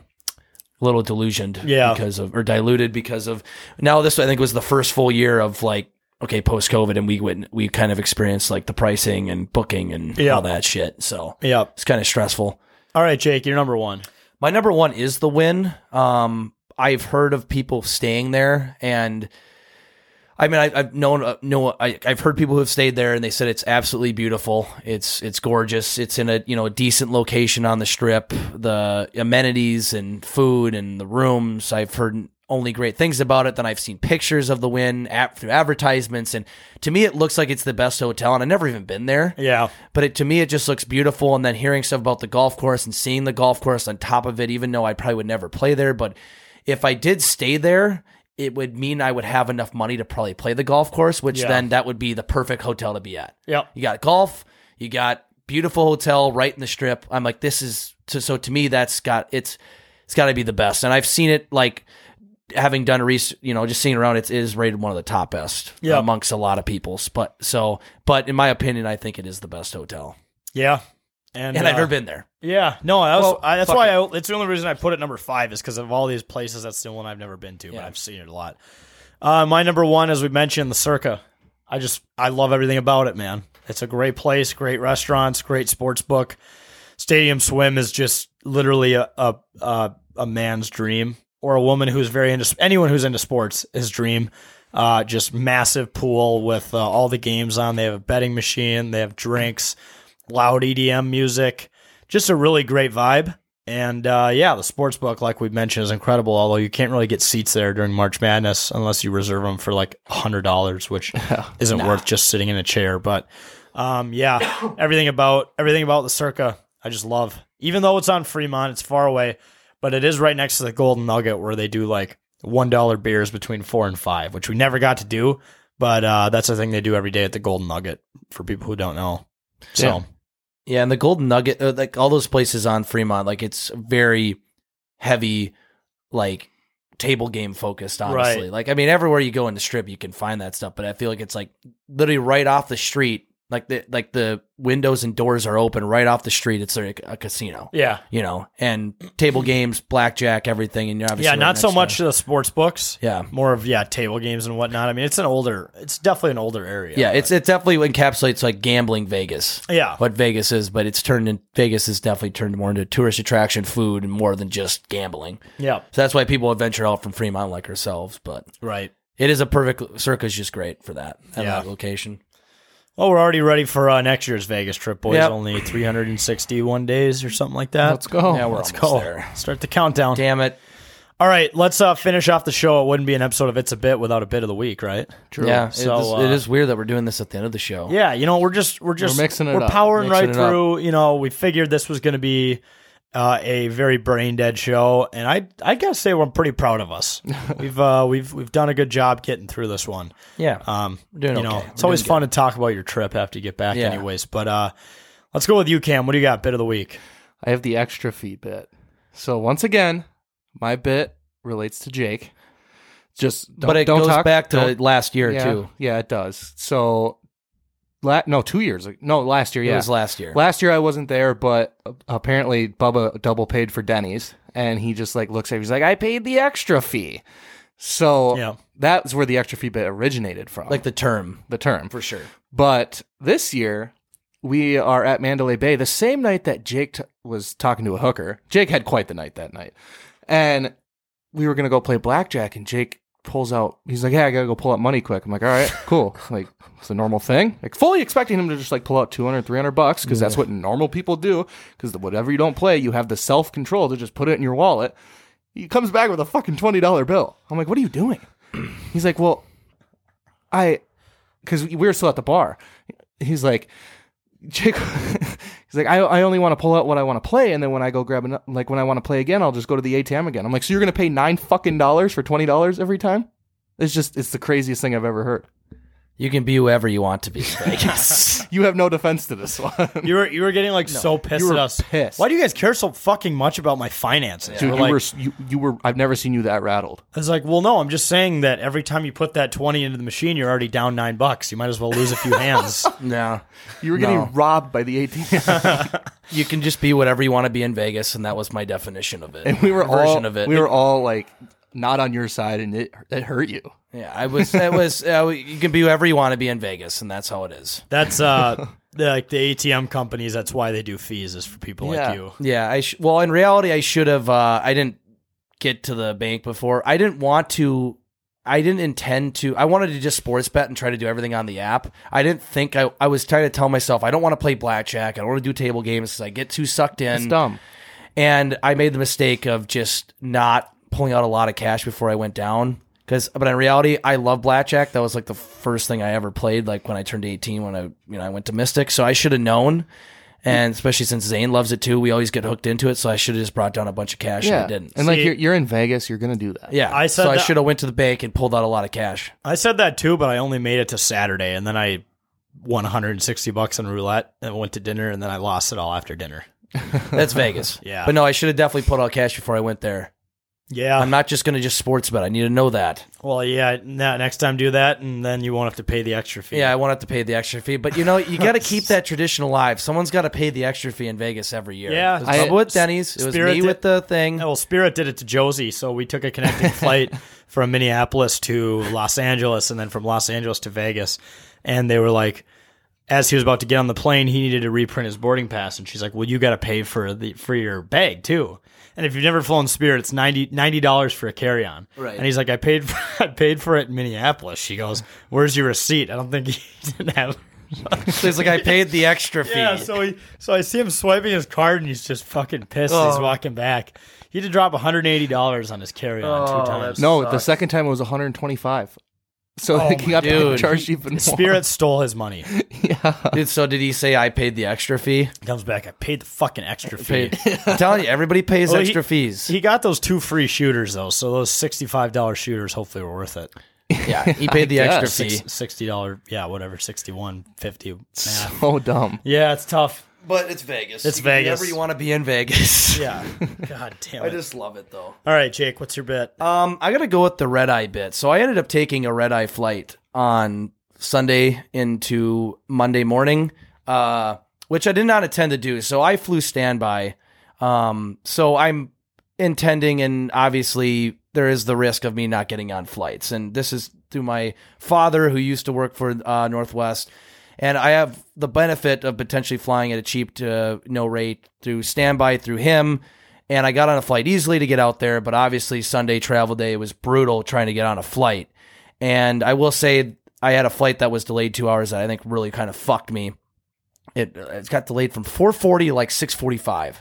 Speaker 9: little delusioned,
Speaker 1: Yeah.
Speaker 9: because of or diluted because of. Now this I think was the first full year of like okay post COVID, and we went we kind of experienced like the pricing and booking and
Speaker 1: Yeah.
Speaker 9: all that shit. So
Speaker 1: Yep.
Speaker 9: it's kind of stressful.
Speaker 1: All right, Jake, you're number one.
Speaker 9: My number one is the win. Um, I've heard of people staying there, and I mean, I, I've known, uh, know, I, I've heard people who have stayed there, and they said it's absolutely beautiful. It's it's gorgeous. It's in a you know a decent location on the strip. The amenities and food and the rooms. I've heard only great things about it. Then I've seen pictures of the win app through advertisements, and to me, it looks like it's the best hotel. And I've never even been there
Speaker 1: Yeah.
Speaker 9: but it, to me it just looks beautiful and then hearing stuff about the golf course and seeing the golf course on top of it even though i probably would never play there but if i did stay there it would mean i would have enough money to probably play the golf course which
Speaker 1: Yeah.
Speaker 9: then that would be the perfect hotel to be at
Speaker 1: Yep.
Speaker 9: you got golf you got beautiful hotel right in the strip i'm like this is so, so to me that's got it's it's got to be the best and i've seen it like having done a research, you know, just seeing around, it is rated one of the top best
Speaker 1: Yeah.
Speaker 9: amongst a lot of people's. But so, but in my opinion, I think it is the best hotel.
Speaker 1: Yeah. And,
Speaker 9: And I've
Speaker 1: uh,
Speaker 9: never been there.
Speaker 1: Yeah, no, that was,
Speaker 9: Well,
Speaker 1: I, that's
Speaker 9: fuck
Speaker 1: why
Speaker 9: it.
Speaker 1: I, it's the only reason I put it number five is because of all these places. That's the one I've never been to, but I've seen it a lot. Uh, my number one, as we mentioned, the Circa. I just I love everything about it, man. It's a great place, great restaurants, great sports book. Stadium Swim is just literally a a, a, a man's dream or a woman who's very into anyone who's into sports his dream. Uh, just massive pool with uh, all the games on. They have a betting machine. They have drinks, loud EDM music. Just a really great vibe. And uh, yeah, the sports book, like we mentioned, is incredible. Although you can't really get seats there during March Madness unless you reserve them for like hundred dollars, which isn't worth just sitting in a chair. But um, yeah, everything about everything about the Circa, I just love. Even though it's on Fremont, it's far away, but it is right next to the Golden Nugget where they do like one dollar beers between four and five, which we never got to do. But uh, that's the thing they do every day at the Golden Nugget for people who don't know. So
Speaker 9: Yeah. Yeah, and the Golden Nugget, uh, like all those places on Fremont, like it's very heavy, like table game focused. Honestly,
Speaker 1: Right.
Speaker 9: like I mean, everywhere you go in the strip, you can find that stuff. But I feel like it's like literally right off the street, like the like the windows and doors are open right off the street. It's like a casino.
Speaker 1: Yeah.
Speaker 9: you know, and table games, blackjack, everything, and you're obviously
Speaker 1: yeah,
Speaker 9: right
Speaker 1: not so
Speaker 9: next to-
Speaker 1: much the sports books.
Speaker 9: Yeah.
Speaker 1: more of yeah table games and whatnot. I mean, it's an older, it's definitely an older area.
Speaker 9: Yeah, it's it definitely encapsulates like gambling Vegas.
Speaker 1: Yeah.
Speaker 9: what Vegas is, but it's turned in Vegas is definitely turned more into tourist attraction, food, and more than just gambling.
Speaker 1: Yeah.
Speaker 9: so that's why people adventure out from Fremont like ourselves. But
Speaker 1: right.
Speaker 9: it is a perfect circus, just great for that. at
Speaker 1: Yeah.
Speaker 9: that location.
Speaker 1: Well, we're already ready for uh, next year's Vegas trip, boys.
Speaker 9: Yep.
Speaker 1: Only 361 days or something like that.
Speaker 10: Let's go.
Speaker 9: Yeah, we're
Speaker 1: Let's
Speaker 9: almost
Speaker 1: go.
Speaker 9: there.
Speaker 1: Start the countdown.
Speaker 9: Damn it!
Speaker 1: All right, let's uh, finish off the show. It wouldn't be an episode of It's a Bit without a bit of the week, right?
Speaker 10: True.
Speaker 9: Yeah,
Speaker 1: So,
Speaker 9: it, is,
Speaker 1: uh,
Speaker 9: it is weird that we're doing this at the end of the show.
Speaker 1: Yeah, you know, we're just we're just
Speaker 10: mixing it
Speaker 1: we're
Speaker 10: up.
Speaker 1: powering
Speaker 9: Oh. Mixing
Speaker 1: right
Speaker 9: it up.
Speaker 1: through. You know, we figured this was going to be uh, a very brain dead show, and I I gotta say we're pretty proud of us. we've uh, we've we've done a good job getting through this one.
Speaker 9: yeah.
Speaker 1: Um,
Speaker 9: We're doing
Speaker 1: you know,
Speaker 9: okay.
Speaker 1: it's
Speaker 9: We're
Speaker 1: always
Speaker 9: doing
Speaker 1: fun to talk about your trip after you get back,
Speaker 9: Yeah.
Speaker 1: anyways. But uh, let's go with you, Cam. What do you got? Bit of the week.
Speaker 10: I have the extra feed bit. So once again, my bit relates to Jake. Just don't,
Speaker 9: but it
Speaker 10: don't
Speaker 9: goes
Speaker 10: talk-
Speaker 9: back to
Speaker 10: don't-
Speaker 9: last year
Speaker 10: yeah,
Speaker 9: too.
Speaker 10: Yeah, it does. So, la- no, two years. ago. No, last year.
Speaker 9: It
Speaker 10: Yeah,
Speaker 9: was last year.
Speaker 10: Last year I wasn't there, but apparently Bubba double paid for Denny's, and he just like looks at me. He's like, "I paid the extra fee." So
Speaker 1: Yeah.
Speaker 10: that's where the extra fee bit originated from,
Speaker 9: like the term
Speaker 10: the term.
Speaker 9: for sure.
Speaker 10: But this year, we are at Mandalay Bay the same night that Jake t- was talking to a hooker. Jake had quite the night that night. And we were going to go play blackjack, and Jake pulls out, he's like, Yeah, I got to go pull out money quick. I'm like, All right, cool. like, it's a normal thing. Like, fully expecting him to just like pull out 200, 300 bucks because that's what normal people do. Because whatever you don't play, you have the self control to just put it in your wallet. He comes back with a fucking $20 bill. I'm like, What are you doing? He's like, Well, I because we were still at the bar. He's like, Jake, he's like, I, I only want to pull out what I want to play, and then when I go grab an, like when I want to play again, I'll just go to the ATM again. I'm like, so you're gonna pay nine fucking dollars for twenty dollars every time? It's just it's the craziest thing I've ever heard.
Speaker 9: You can be whoever you want to be.
Speaker 10: You have no defense to this one.
Speaker 1: You were you were getting like so pissed
Speaker 10: you were
Speaker 1: at us.
Speaker 10: pissed.
Speaker 1: Why do you guys care so fucking much about my finances?
Speaker 10: Dude,
Speaker 1: We're
Speaker 10: you
Speaker 1: like-
Speaker 10: were s- you, you were I've never seen you that rattled.
Speaker 1: I was like, well, no, I'm just saying that every time you put that 20 into the machine, you're already down nine bucks. You might as well lose a few hands.
Speaker 9: no,
Speaker 10: You were getting
Speaker 9: No.
Speaker 10: robbed by the ATM.
Speaker 9: you can just be whatever you want to be in Vegas, and that was my definition of it.
Speaker 10: and we were
Speaker 9: version
Speaker 10: all
Speaker 9: of it.
Speaker 10: we were all like not on your side, and it it hurt you.
Speaker 9: Yeah, I was. It was. Uh, you can be whoever you want to be in Vegas, and that's how it is.
Speaker 1: That's uh, the, like the ATM companies. That's why they do fees is for people like you.
Speaker 9: Yeah. I sh- well, in reality, I should have. Uh, I didn't get to the bank before. I didn't want to. I didn't intend to. I wanted to just sports bet and try to do everything on the app. I didn't think I. I was trying to tell myself I don't want to play blackjack. I don't want to do table games because I get too sucked in.
Speaker 10: It's dumb.
Speaker 9: and I made the mistake of just not pulling out a lot of cash before I went down. Because, but in reality, I love blackjack. That was like the first thing I ever played. Like when I turned eighteen, when I you know I went to Mystic, so I should have known. And especially since Zane loves it too, we always get hooked into it. So I should have just brought down a bunch of cash.
Speaker 10: Yeah,
Speaker 9: and I didn't.
Speaker 10: and like
Speaker 1: See-
Speaker 10: you're you're in Vegas, you're gonna do that.
Speaker 9: yeah,
Speaker 1: I
Speaker 9: I
Speaker 1: said
Speaker 9: so I
Speaker 1: that-
Speaker 9: should have went to the bank and pulled out a lot of cash.
Speaker 1: I said that too, but I only made it to Saturday. And then I won 160 bucks on roulette and went to dinner. And then I lost it all after dinner.
Speaker 9: That's Vegas.
Speaker 1: Yeah.
Speaker 9: but no, I should have definitely pulled out cash before I went there.
Speaker 1: Yeah.
Speaker 9: I'm not just going to just sports bet. I need to know that.
Speaker 1: Well, yeah. Now, next time, do that, and then you won't have to pay the extra fee.
Speaker 9: Yeah, I won't have to pay the extra fee. But you know, you got to keep that tradition alive. Someone's got to pay the extra fee in Vegas every year.
Speaker 1: Yeah.
Speaker 9: It was Bubba with Denny's. It was
Speaker 1: Spirit
Speaker 9: me
Speaker 1: did-
Speaker 9: with the thing.
Speaker 1: Well, Spirit did it to Josie, so we took a connecting flight from Minneapolis to Los Angeles, and then from Los Angeles to Vegas. And they were like, as he was about to get on the plane, he needed to reprint his boarding pass, and she's like, "Well, you got to pay for the for your bag too." And if you've never flown Spirit, it's 90 dollars for a carry on.
Speaker 9: Right.
Speaker 1: And he's like, "I paid for, I paid for it in Minneapolis." She goes, "Where's your receipt?" I don't think he didn't have.
Speaker 9: So he's like, I paid the extra fee.
Speaker 1: Yeah, so he, so I see him swiping his card, and he's just fucking pissed. as He's
Speaker 9: Oh.
Speaker 1: walking back. He had to drop one hundred eighty dollars on his carry on two
Speaker 9: Oh,
Speaker 1: times.
Speaker 10: No, the second time it was 125. So
Speaker 1: Oh
Speaker 10: he got
Speaker 1: my
Speaker 10: dude,
Speaker 9: dude.
Speaker 10: charged even more.
Speaker 1: Spirit stole his money.
Speaker 9: Dude, so did he say I paid the extra fee?
Speaker 1: He comes back. I paid the fucking extra fee.
Speaker 9: Paid. I'm telling you, everybody pays
Speaker 1: Well, he-
Speaker 9: extra fees.
Speaker 1: He got those two free shooters though, so those sixty-five dollar shooters hopefully were worth it.
Speaker 9: yeah, he paid the
Speaker 10: I
Speaker 9: extra
Speaker 10: guess.
Speaker 9: fee.
Speaker 1: Six, sixty dollar, yeah, whatever, sixty-one fifty. Man.
Speaker 10: So Oh, dumb.
Speaker 1: Yeah, it's tough.
Speaker 9: But it's Vegas.
Speaker 1: It's
Speaker 9: You can be
Speaker 1: Vegas.
Speaker 9: Wherever you want to be in Vegas.
Speaker 1: Yeah, god damn
Speaker 9: I
Speaker 1: it.
Speaker 9: just love it though.
Speaker 1: All right, Jake, what's your bet?
Speaker 9: Um, I gotta go with the red eye bit. So I ended up taking a red eye flight on Sunday into Monday morning, uh, which I did not intend to do. So I flew standby. Um, so I'm intending, and obviously there is the risk of me not getting on flights. And this is through my father, who used to work for uh, Northwest. And I have the benefit of potentially flying at a cheap to no rate through standby through him. And I got on a flight easily to get out there, but obviously Sunday travel day was brutal trying to get on a flight. And I will say I had a flight that was delayed two hours that I think really kind of fucked me. It it got delayed from 4:40 to like 6:45.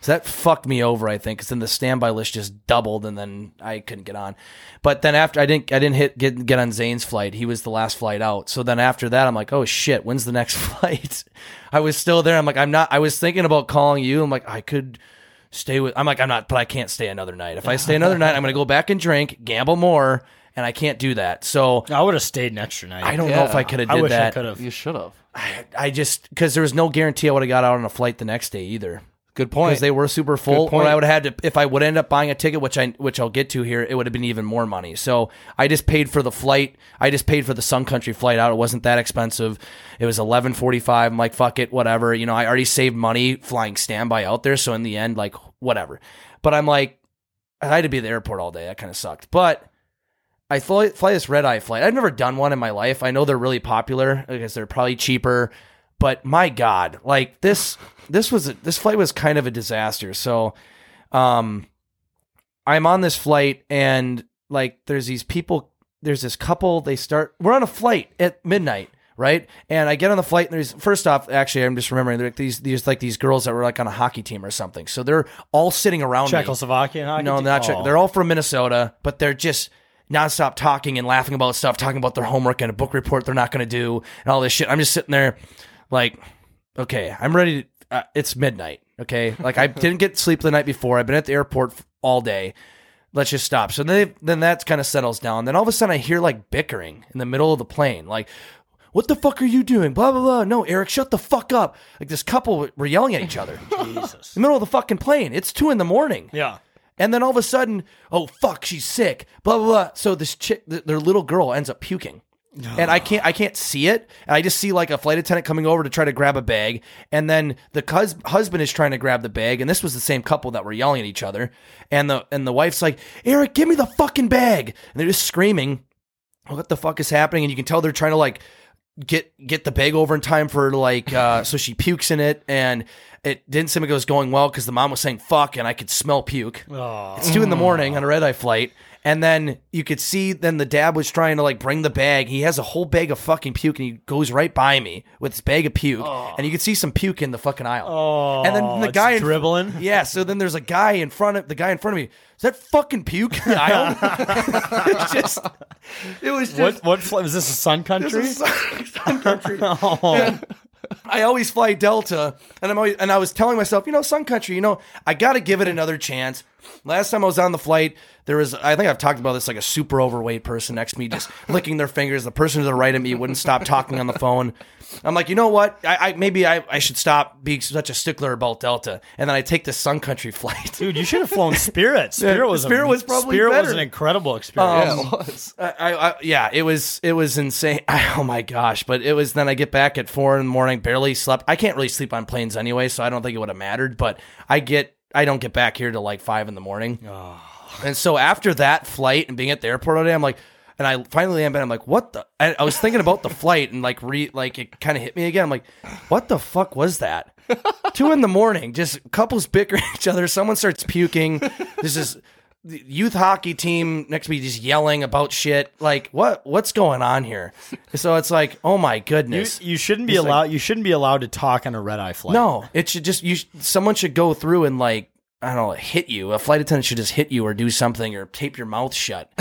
Speaker 9: So that fucked me over, I think, because then the standby list just doubled, and then I couldn't get on. But then after I didn't, I didn't hit get get on Zane's flight. He was the last flight out. So then after that, I'm like, oh shit, when's the next flight? I was still there. I'm like, I'm not. I was thinking about calling you. I'm like, I could stay with. I'm like, I'm not, but I can't stay another night. If I stay another night, I'm gonna go back and drink, gamble more, and I can't do that. So
Speaker 1: I would have stayed an extra night.
Speaker 9: I don't know if I could have
Speaker 1: I
Speaker 9: did
Speaker 1: wish I
Speaker 9: that.
Speaker 1: could have.
Speaker 10: You should have.
Speaker 9: I just because there was no guarantee I would have got out on a flight the next day either.
Speaker 10: Good
Speaker 9: Because
Speaker 10: point.
Speaker 9: they were super full,
Speaker 10: Good
Speaker 9: or
Speaker 10: point.
Speaker 9: I would have had to if I would end up buying a ticket, which I which I'll get to here, it would have been even more money. So I just paid for the flight. I just paid for the Sun Country flight out. It wasn't that expensive. It was eleven forty five. I'm like, fuck it, whatever. You know, I already saved money flying standby out there. So in the end, like whatever. But I'm like, I had to be at the airport all day. That kind of sucked. But I fly, fly this red eye flight. I've never done one in my life. I know they're really popular because they're probably cheaper, but my god, like this this was a, this flight was kind of a disaster. So, um, I'm on this flight and like there's these people. There's this couple. They start. We're on a flight at midnight, right? And I get on the flight and there's first off, actually, I'm just remembering there these these like these girls that were like on a hockey team or something. So they're all sitting around me.
Speaker 1: Czechoslovakian hockey.
Speaker 9: No,
Speaker 1: team?
Speaker 9: not Czech.
Speaker 1: Oh.
Speaker 9: They're all from Minnesota, but they're just nonstop talking and laughing about stuff, talking about their homework and a book report they're not going to do, and all this shit. I'm just sitting there, like, okay, I'm ready. To, uh, it's midnight. Okay, like I didn't get sleep the night before. I've been at the airport f- all day. Let's just stop. So then, then that kind of settles down. Then all of a sudden, I hear like bickering in the middle of the plane, like. What the fuck are you doing? Blah blah blah. No, Eric, shut the fuck up. Like this couple were yelling at each other. Jesus. In the middle of the fucking plane. It's two in the morning.
Speaker 1: Yeah.
Speaker 9: And then all of a sudden, oh fuck, she's sick. Blah blah blah. So this chick, th- their little girl, ends up puking, and I can't, I can't see it. And I just see like a flight attendant coming over to try to grab a bag, and then the cus- husband is trying to grab the bag, and this was the same couple that were yelling at each other, and the and the wife's like, Eric, give me the fucking bag, and they're just screaming what the fuck is happening and you can tell they're trying to like get get the bag over in time for her to like uh so she pukes in it and it didn't seem like it was going well because the mom was saying fuck and i could smell puke it's two in the morning on a
Speaker 1: Mm.
Speaker 9: red eye flight and then you could see then the dad was trying to like bring the bag he has a whole bag of fucking puke and he goes right by me with his bag of puke and you could see some puke in the fucking aisle oh and then the
Speaker 1: it's
Speaker 9: guy in-
Speaker 1: dribbling.
Speaker 9: yeah so then there's a guy in front of the guy in front of me is that fucking puke in the aisle it's just it was just
Speaker 1: What what fl- is this a Sun Country? Oh.
Speaker 9: Sun Country. And I always fly Delta, and I'm always, and I was telling myself, you know, Sun Country, you know, I got to give it another chance. Last time I was on the flight, there was I think I've talked about this like a super overweight person next to me just licking their fingers. The person to the right of me wouldn't stop talking on the phone. I'm like, you know what? I, I maybe I, I should stop being such a stickler about Delta. And then I take the Sun Country flight.
Speaker 1: Dude, you should have flown Spirit.
Speaker 9: Yeah,
Speaker 1: Spirit was a-
Speaker 9: Spirit was probably
Speaker 1: Spirit was
Speaker 9: better.
Speaker 1: an incredible experience.
Speaker 9: Um, I, I, I, yeah, it was it was insane. oh my gosh! But it was. Then I get back at four in the morning, barely slept. I can't really sleep on planes anyway, so I don't think it would have mattered. But I get I don't get back here till like five in the morning. And so after that flight and being at the airport all day, I'm like, and I finally am, and I'm like, what the? I, I was thinking about the flight and like re like it kind of hit me again. I'm like, what the fuck was that? Two in the morning, just couples bickering each other. Someone starts puking. This is the youth hockey team next to me just yelling about shit. Like what? What's going on here? So it's like, oh my
Speaker 1: you,
Speaker 9: goodness.
Speaker 1: you shouldn't be
Speaker 9: It's like-
Speaker 1: allowed. you shouldn't be allowed to talk on a red eye flight.
Speaker 9: No, it should just you. sh- Someone should go through and like I don't know, hit you. A flight attendant should just hit you or do something or tape your mouth shut.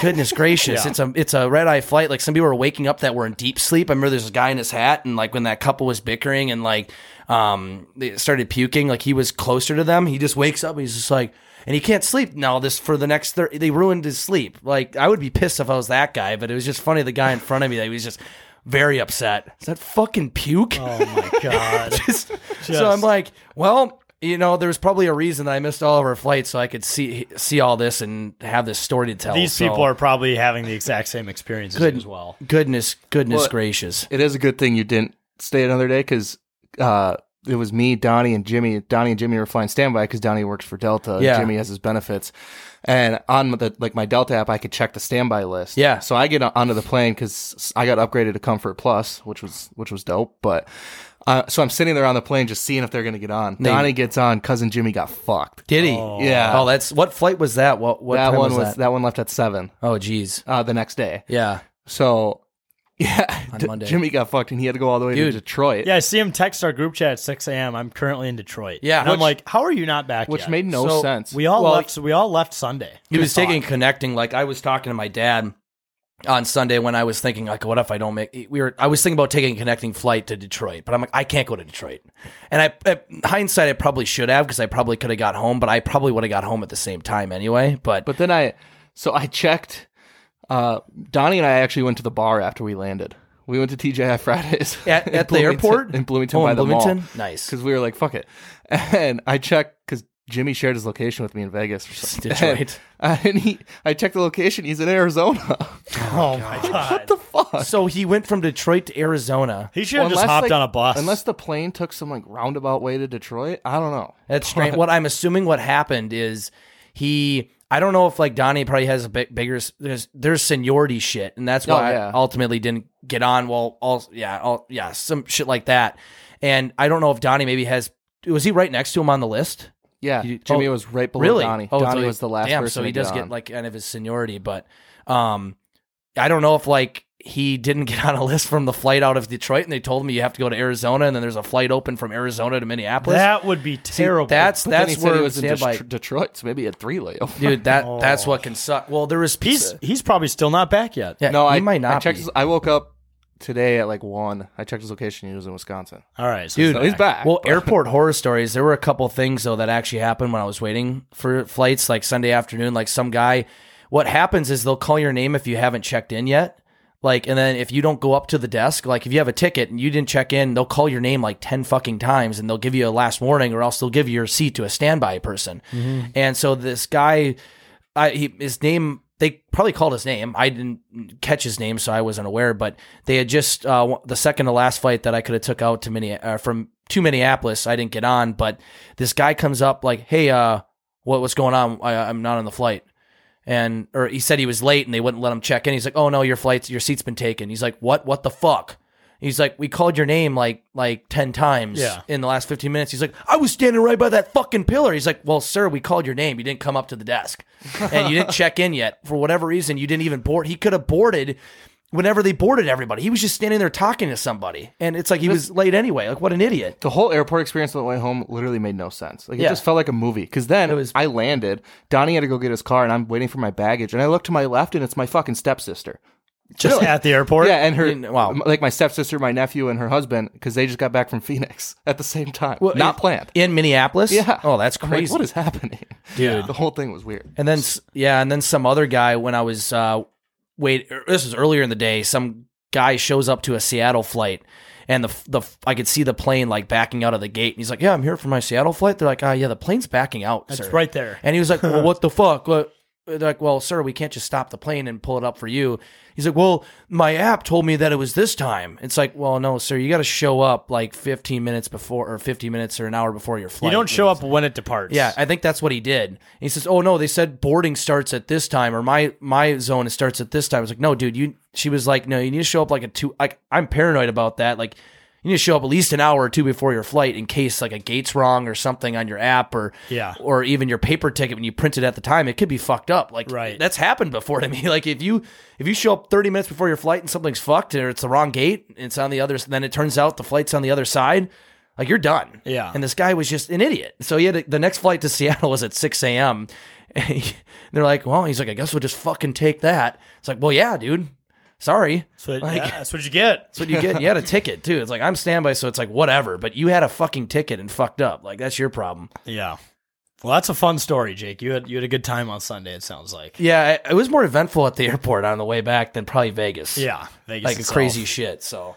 Speaker 9: Goodness gracious,
Speaker 1: Yeah.
Speaker 9: it's a it's a red eye flight. Like some people were waking up that were in deep sleep. I remember there's a guy in his hat, and like when that couple was bickering and like um they started puking, like he was closer to them. He just wakes up. And he's just like. And he can't sleep now. This for the next thirty. They ruined his sleep. Like I would be pissed if I was that guy. But it was just funny. The guy in front of me, that he was just very upset. Is that fucking puke?
Speaker 1: Oh my god.
Speaker 9: Just- so I'm like, well, you know, there's probably a reason that I missed all of our flights, so I could see see all this and have this story to tell.
Speaker 1: These
Speaker 9: So,
Speaker 1: people are probably having the exact same experience
Speaker 9: Good-
Speaker 1: as well.
Speaker 9: goodness, goodness
Speaker 10: Well,
Speaker 9: gracious.
Speaker 10: It is a good thing you didn't stay another day because uh, it was me, Donnie, and Jimmy. Donnie and Jimmy were flying standby because Donnie works for Delta. and
Speaker 9: Yeah.
Speaker 10: Jimmy has his benefits. And on the like my Delta app, I could check the standby list.
Speaker 9: Yeah.
Speaker 10: So I get on- onto the plane because I got upgraded to Comfort Plus, which was which was dope. But uh, so I'm sitting there on the plane just seeing if they're gonna get on.
Speaker 9: They-
Speaker 10: Donnie gets on. Cousin Jimmy got fucked.
Speaker 9: Did he?
Speaker 10: Yeah.
Speaker 9: Oh, that's what flight was that? What what
Speaker 10: that
Speaker 9: time
Speaker 10: one
Speaker 9: was, that?
Speaker 10: one left at seven
Speaker 9: Oh, geez.
Speaker 10: uh, the next day.
Speaker 9: Yeah.
Speaker 10: So yeah,
Speaker 9: On
Speaker 10: D-
Speaker 9: Monday.
Speaker 10: Jimmy got fucked and he had to go all the way
Speaker 9: Dude.
Speaker 10: to Detroit.
Speaker 1: Yeah, I see him text our group chat at 6 a.m. I'm currently in Detroit.
Speaker 9: Yeah.
Speaker 1: and I'm
Speaker 9: Which-
Speaker 1: like, how are you not back?
Speaker 10: which
Speaker 1: yet?
Speaker 10: made no
Speaker 9: So,
Speaker 10: sense.
Speaker 1: we all
Speaker 9: Well,
Speaker 1: left. We all left Sunday.
Speaker 9: He was
Speaker 1: Fuck.
Speaker 9: taking connecting. Like I was talking to my dad on Sunday when I was thinking like, what if I don't make? We were. I was thinking about taking a connecting flight to Detroit, but I'm like, I can't go to Detroit. And I, at hindsight, I probably should have because I probably could have got home, but I probably would have got home at the same time anyway. But
Speaker 10: but then I, so I checked. Uh, Donnie and I actually went to the bar after we landed. We went to TJI Fridays
Speaker 9: At-
Speaker 10: in
Speaker 9: at the
Speaker 10: Bloomington-
Speaker 9: airport?
Speaker 10: in Bloomington
Speaker 9: Oh,
Speaker 10: by
Speaker 9: in
Speaker 10: the
Speaker 9: Bloomington?
Speaker 10: mall.
Speaker 9: Nice.
Speaker 10: because we were like, "Fuck it," and I checked because Jimmy shared his location with me in Vegas. or something.
Speaker 9: Detroit.
Speaker 10: And, and he, I checked the location. He's in Arizona.
Speaker 1: Oh my god.
Speaker 10: the fuck?
Speaker 9: so he went from Detroit to Arizona.
Speaker 1: He should have just
Speaker 10: Unless,
Speaker 1: hopped
Speaker 10: like-
Speaker 1: on a bus.
Speaker 10: Unless the plane took some like roundabout way to Detroit. I don't know.
Speaker 9: That's strange. What I'm assuming what happened is he. I don't know if like Donnie probably has a big, bigger. s- There's there's seniority shit, and that's
Speaker 10: Oh,
Speaker 9: why
Speaker 10: yeah.
Speaker 9: I ultimately didn't get on. Well, all yeah, all yeah, some shit like that. And I don't know if Donnie maybe has. Was he right next to him on the list?
Speaker 10: Yeah,
Speaker 9: You-
Speaker 10: Jimmy
Speaker 9: oh,
Speaker 10: was right below
Speaker 9: really?
Speaker 10: Donnie.
Speaker 9: Oh, so
Speaker 10: Donnie
Speaker 9: he-
Speaker 10: was the last
Speaker 9: damn,
Speaker 10: person.
Speaker 9: So he
Speaker 10: to
Speaker 9: does
Speaker 10: get,
Speaker 9: get
Speaker 10: on.
Speaker 9: like kind of his seniority, but um, I don't know if like he didn't get on a list from the flight out of Detroit, and they told him you have to go to Arizona, and then there's a flight open from Arizona to Minneapolis.
Speaker 1: that would be
Speaker 9: See,
Speaker 1: terrible.
Speaker 9: that's
Speaker 10: Then
Speaker 9: that's
Speaker 10: he
Speaker 9: where
Speaker 10: said he was in
Speaker 9: standby-
Speaker 10: Destro- Detroit, so maybe he had three layover.
Speaker 9: dude. That
Speaker 1: Oh.
Speaker 9: that's what can suck. Well, there was
Speaker 1: he's he's probably still not back yet.
Speaker 9: yeah,
Speaker 10: no,
Speaker 9: he
Speaker 10: I
Speaker 9: might not.
Speaker 10: I, checked
Speaker 9: be.
Speaker 10: his, I woke up today at like one. I checked his location. He was in Wisconsin.
Speaker 1: All right, so
Speaker 9: Dude,
Speaker 10: So he's back.
Speaker 9: Well,
Speaker 10: but-
Speaker 9: airport horror stories. There were a couple things though that actually happened when I was waiting for flights, like Sunday afternoon. Like some guy, what happens is they'll call your name if you haven't checked in yet. Like, and then if you don't go up to the desk, like if you have a ticket and you didn't check in, they'll call your name like ten fucking times, and they'll give you a last warning, or else they'll give your seat to a standby person. And so this guy, I he, his name. They probably called his name. I didn't catch his name, so I wasn't aware. But they had just uh, w- the second to last flight that I could have took out to Minne- uh, from to Minneapolis. I didn't get on, but this guy comes up like, "Hey, uh, what what's going on? I, I'm not on the flight." And or he said he was late and they wouldn't let him check in. He's like, "Oh no, your flight's your seat's been taken." He's like, "What? What the fuck?" He's like, "We called your name like like ten times
Speaker 1: Yeah.
Speaker 9: in the last fifteen minutes." He's like, "I was standing right by that fucking pillar." He's like, "Well, sir, we called your name. You didn't come up to the desk, and you didn't check in yet. For whatever reason, you didn't even board. He could have boarded." Whenever they boarded everybody, he was just standing there talking to somebody, and it's like he was late anyway. Like, what an idiot!
Speaker 10: the whole airport experience on the way home literally made no sense. Like it
Speaker 9: Yeah.
Speaker 10: just felt like a movie. Because then
Speaker 9: It was-
Speaker 10: I landed. Donnie had to go get his car, and I'm waiting for my baggage. And I look to my left, and it's my fucking stepsister.
Speaker 1: Just at the airport?
Speaker 10: Yeah, and her
Speaker 1: I mean, wow.
Speaker 10: like my stepsister, my nephew, and her husband because they just got back from Phoenix at the same time.
Speaker 9: Well,
Speaker 10: Not
Speaker 9: in-
Speaker 10: planned.
Speaker 9: in Minneapolis.
Speaker 10: Yeah.
Speaker 9: Oh, that's
Speaker 10: I'm like,
Speaker 9: crazy.
Speaker 10: what is happening?
Speaker 9: Yeah.
Speaker 10: the whole thing was weird.
Speaker 9: And then s- yeah, and then some other guy when I was uh wait er, this was earlier in the day, some guy shows up to a Seattle flight and the f- the f- I could see the plane like backing out of the gate and he's like, "Yeah, I'm here for my Seattle flight." They're like, "Ah, yeah, the plane's backing out,
Speaker 1: That's
Speaker 9: sir."
Speaker 1: right there.
Speaker 9: And he was like, "Well, what the fuck?" What? They're like, "Well, sir, we can't just stop the plane and pull it up for you." He's like, "Well, my app told me that it was this time." It's like, "Well, no, sir, you got to show up like 15 minutes before or 15 minutes or an hour before your
Speaker 1: You
Speaker 9: flight."
Speaker 1: don't show up when it departs.
Speaker 9: Yeah, I think that's what he did. He says, "Oh no, they said boarding starts at this time, or my my zone starts at this time." I was like, "No, dude, you." She was like, "No, you need to show up like a two. Like I'm paranoid about that. Like you need to show up at least an hour or two before your flight in case like a gate's wrong or something on your app or
Speaker 1: Yeah.
Speaker 9: or even your paper ticket when you print it at the time, it could be fucked up. Like
Speaker 1: Right.
Speaker 9: that's happened before to me. Like if you if you show up 30 minutes before your flight and something's fucked or it's the wrong gate, it's on the other then it turns out the flight's on the other side, like you're done.
Speaker 1: Yeah.
Speaker 9: And this guy was just an idiot. So he had a, the next flight to Seattle was at 6 a.m. And he- they're like, well, he's like, I guess we'll just fucking take that. It's like, well, yeah, dude. Sorry.
Speaker 1: So,
Speaker 9: Like-
Speaker 1: yeah, that's what you get.
Speaker 9: That's what you get. You had a ticket too. It's like I'm standby, so it's like whatever. But you had a fucking ticket and fucked up. Like that's your problem.
Speaker 1: Yeah. Well, that's a fun story, Jake. You had you had a good time on Sunday. It sounds like.
Speaker 9: Yeah, it, it was more eventful at the airport on the way back than probably Vegas.
Speaker 1: Yeah, Vegas
Speaker 9: like
Speaker 1: itself.
Speaker 9: crazy shit. So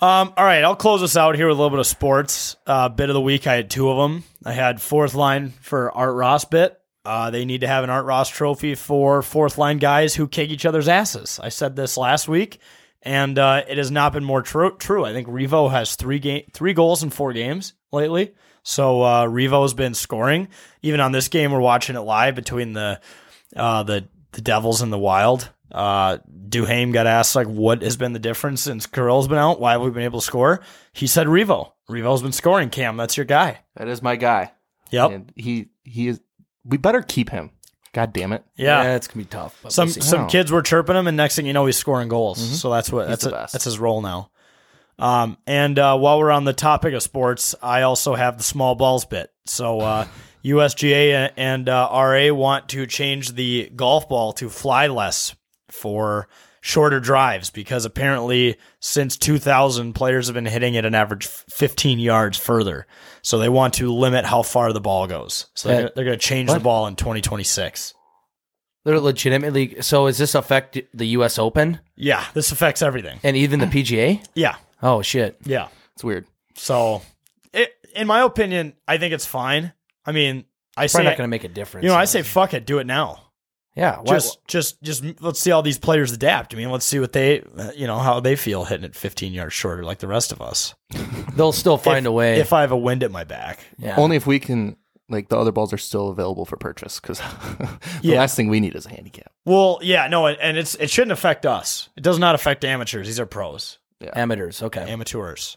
Speaker 1: Um, all right, I'll close us out here with a little bit of sports. Uh, bit of the week, I had two of them. I had fourth line for Art Ross bit. Uh, they need to have an Art Ross trophy for fourth line guys who kick each other's asses. I said this last week, and uh, it has not been more true. True, I think Revo has three game, three goals in four games lately. So uh, Revo's been scoring. Even on this game, we're watching it live between the uh, the the Devils and the Wild. Uh, Duhame got asked like, "What has been the difference since Carell's been out? Why have we been able to score?" He said, "Revo. Revo's been scoring. Cam, that's your guy.
Speaker 10: That is my guy.
Speaker 1: Yep.
Speaker 10: And he he is. We better keep him. God damn it.
Speaker 1: yeah.
Speaker 9: it's Mm-hmm. gonna be tough. But
Speaker 1: Some
Speaker 9: we'll see.
Speaker 1: some
Speaker 10: Wow.
Speaker 1: kids were chirping him, and next thing you know, he's scoring goals. So that's what that's
Speaker 10: the
Speaker 1: a-
Speaker 10: best.
Speaker 1: that's his role now. Um, and uh, while we're on the topic of sports, I also have the small balls bit. So uh, USGA and uh, RA want to change the golf ball to fly less for shorter drives because apparently since 2000 players have been hitting it an average 15 yards further so they want to limit how far the ball goes so they're,
Speaker 9: That-
Speaker 1: gonna- they're going to change the
Speaker 9: what?
Speaker 1: ball in 2026
Speaker 9: They're legitimately. So does this affect the U.S. Open
Speaker 1: yeah this affects everything
Speaker 9: and even the PGA?
Speaker 1: yeah
Speaker 9: Oh shit.
Speaker 1: Yeah.
Speaker 10: It's weird.
Speaker 1: So, it, in my opinion, I think it's fine. I mean, I
Speaker 9: Probably
Speaker 1: say,
Speaker 9: not gonna make a difference.
Speaker 1: you know, I say fuck it, do it now.
Speaker 9: yeah. Why,
Speaker 1: Just, just, just let's see how these players adapt. I mean, let's see what they, uh, you know, how they feel hitting it 15 yards shorter, like the rest of us.
Speaker 9: they'll still find
Speaker 1: If-
Speaker 9: a way.
Speaker 1: If I have a wind at my back,
Speaker 9: yeah.
Speaker 10: Only if we can. Like the other balls are still available for purchase because the
Speaker 1: Yeah.
Speaker 10: last thing we need is a handicap.
Speaker 1: well, yeah, no, and- and it's it shouldn't affect us. It does not affect amateurs. These are pros,
Speaker 9: amateurs. Okay.
Speaker 1: amateurs.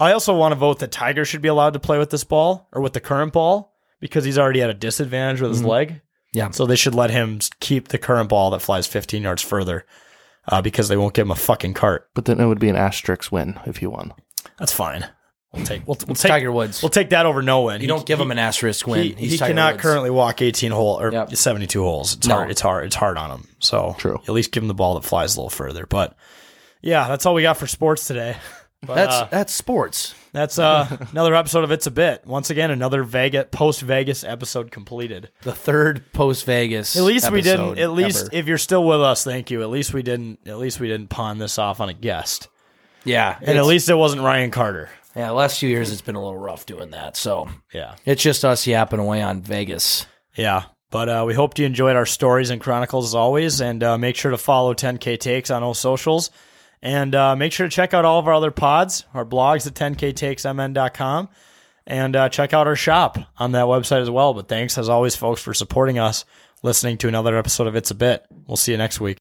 Speaker 1: I also want to vote that Tiger should be allowed to play with this ball or with the current ball because he's already at a disadvantage with his leg.
Speaker 9: Mm-hmm. yeah.
Speaker 1: So they should let him s- keep the current ball that flies 15 yards further uh, because they won't give him a fucking cart.
Speaker 10: But then it would be an asterisk win if you won.
Speaker 1: That's fine. We'll take we'll, we'll
Speaker 9: It's
Speaker 1: take
Speaker 9: Tiger Woods.
Speaker 1: we'll take that over no win.
Speaker 9: you don't give him an asterisk win.
Speaker 1: He,
Speaker 9: He's
Speaker 1: he
Speaker 9: Tiger
Speaker 1: cannot
Speaker 9: Woods.
Speaker 1: currently walk 18 hole or
Speaker 9: Yep.
Speaker 1: 72 holes. It's
Speaker 9: No.
Speaker 1: hard. It's hard. It's hard on him. So
Speaker 10: True.
Speaker 1: At least give him the ball that flies a little further. But yeah, that's all we got for sports today. But,
Speaker 9: That's
Speaker 1: uh,
Speaker 9: that's sports.
Speaker 1: that's uh, another episode of It's a Bit. Once again, another Vegas post Vegas episode completed.
Speaker 9: The third post Vegas.
Speaker 1: At least we didn't. At least
Speaker 9: ever.
Speaker 1: if you're still with us, thank you. At least we didn't. At least we didn't pawn this off on a guest,
Speaker 9: yeah.
Speaker 1: and at
Speaker 9: it's-
Speaker 1: least it wasn't Ryan Carter.
Speaker 9: yeah. the Last few years, it's been a little rough doing that. So
Speaker 1: Yeah,
Speaker 9: it's just us yapping away on Vegas.
Speaker 1: yeah. But uh, we hope you enjoyed our stories and chronicles as always, and uh, make sure to follow 10K Takes on all socials, and uh, make sure to check out all of our other pods, our blogs at 10ktakesmn.com, and uh, check out our shop on that website as well. But thanks as always, folks, for supporting us, listening to another episode of It's a Bit. We'll see you next week.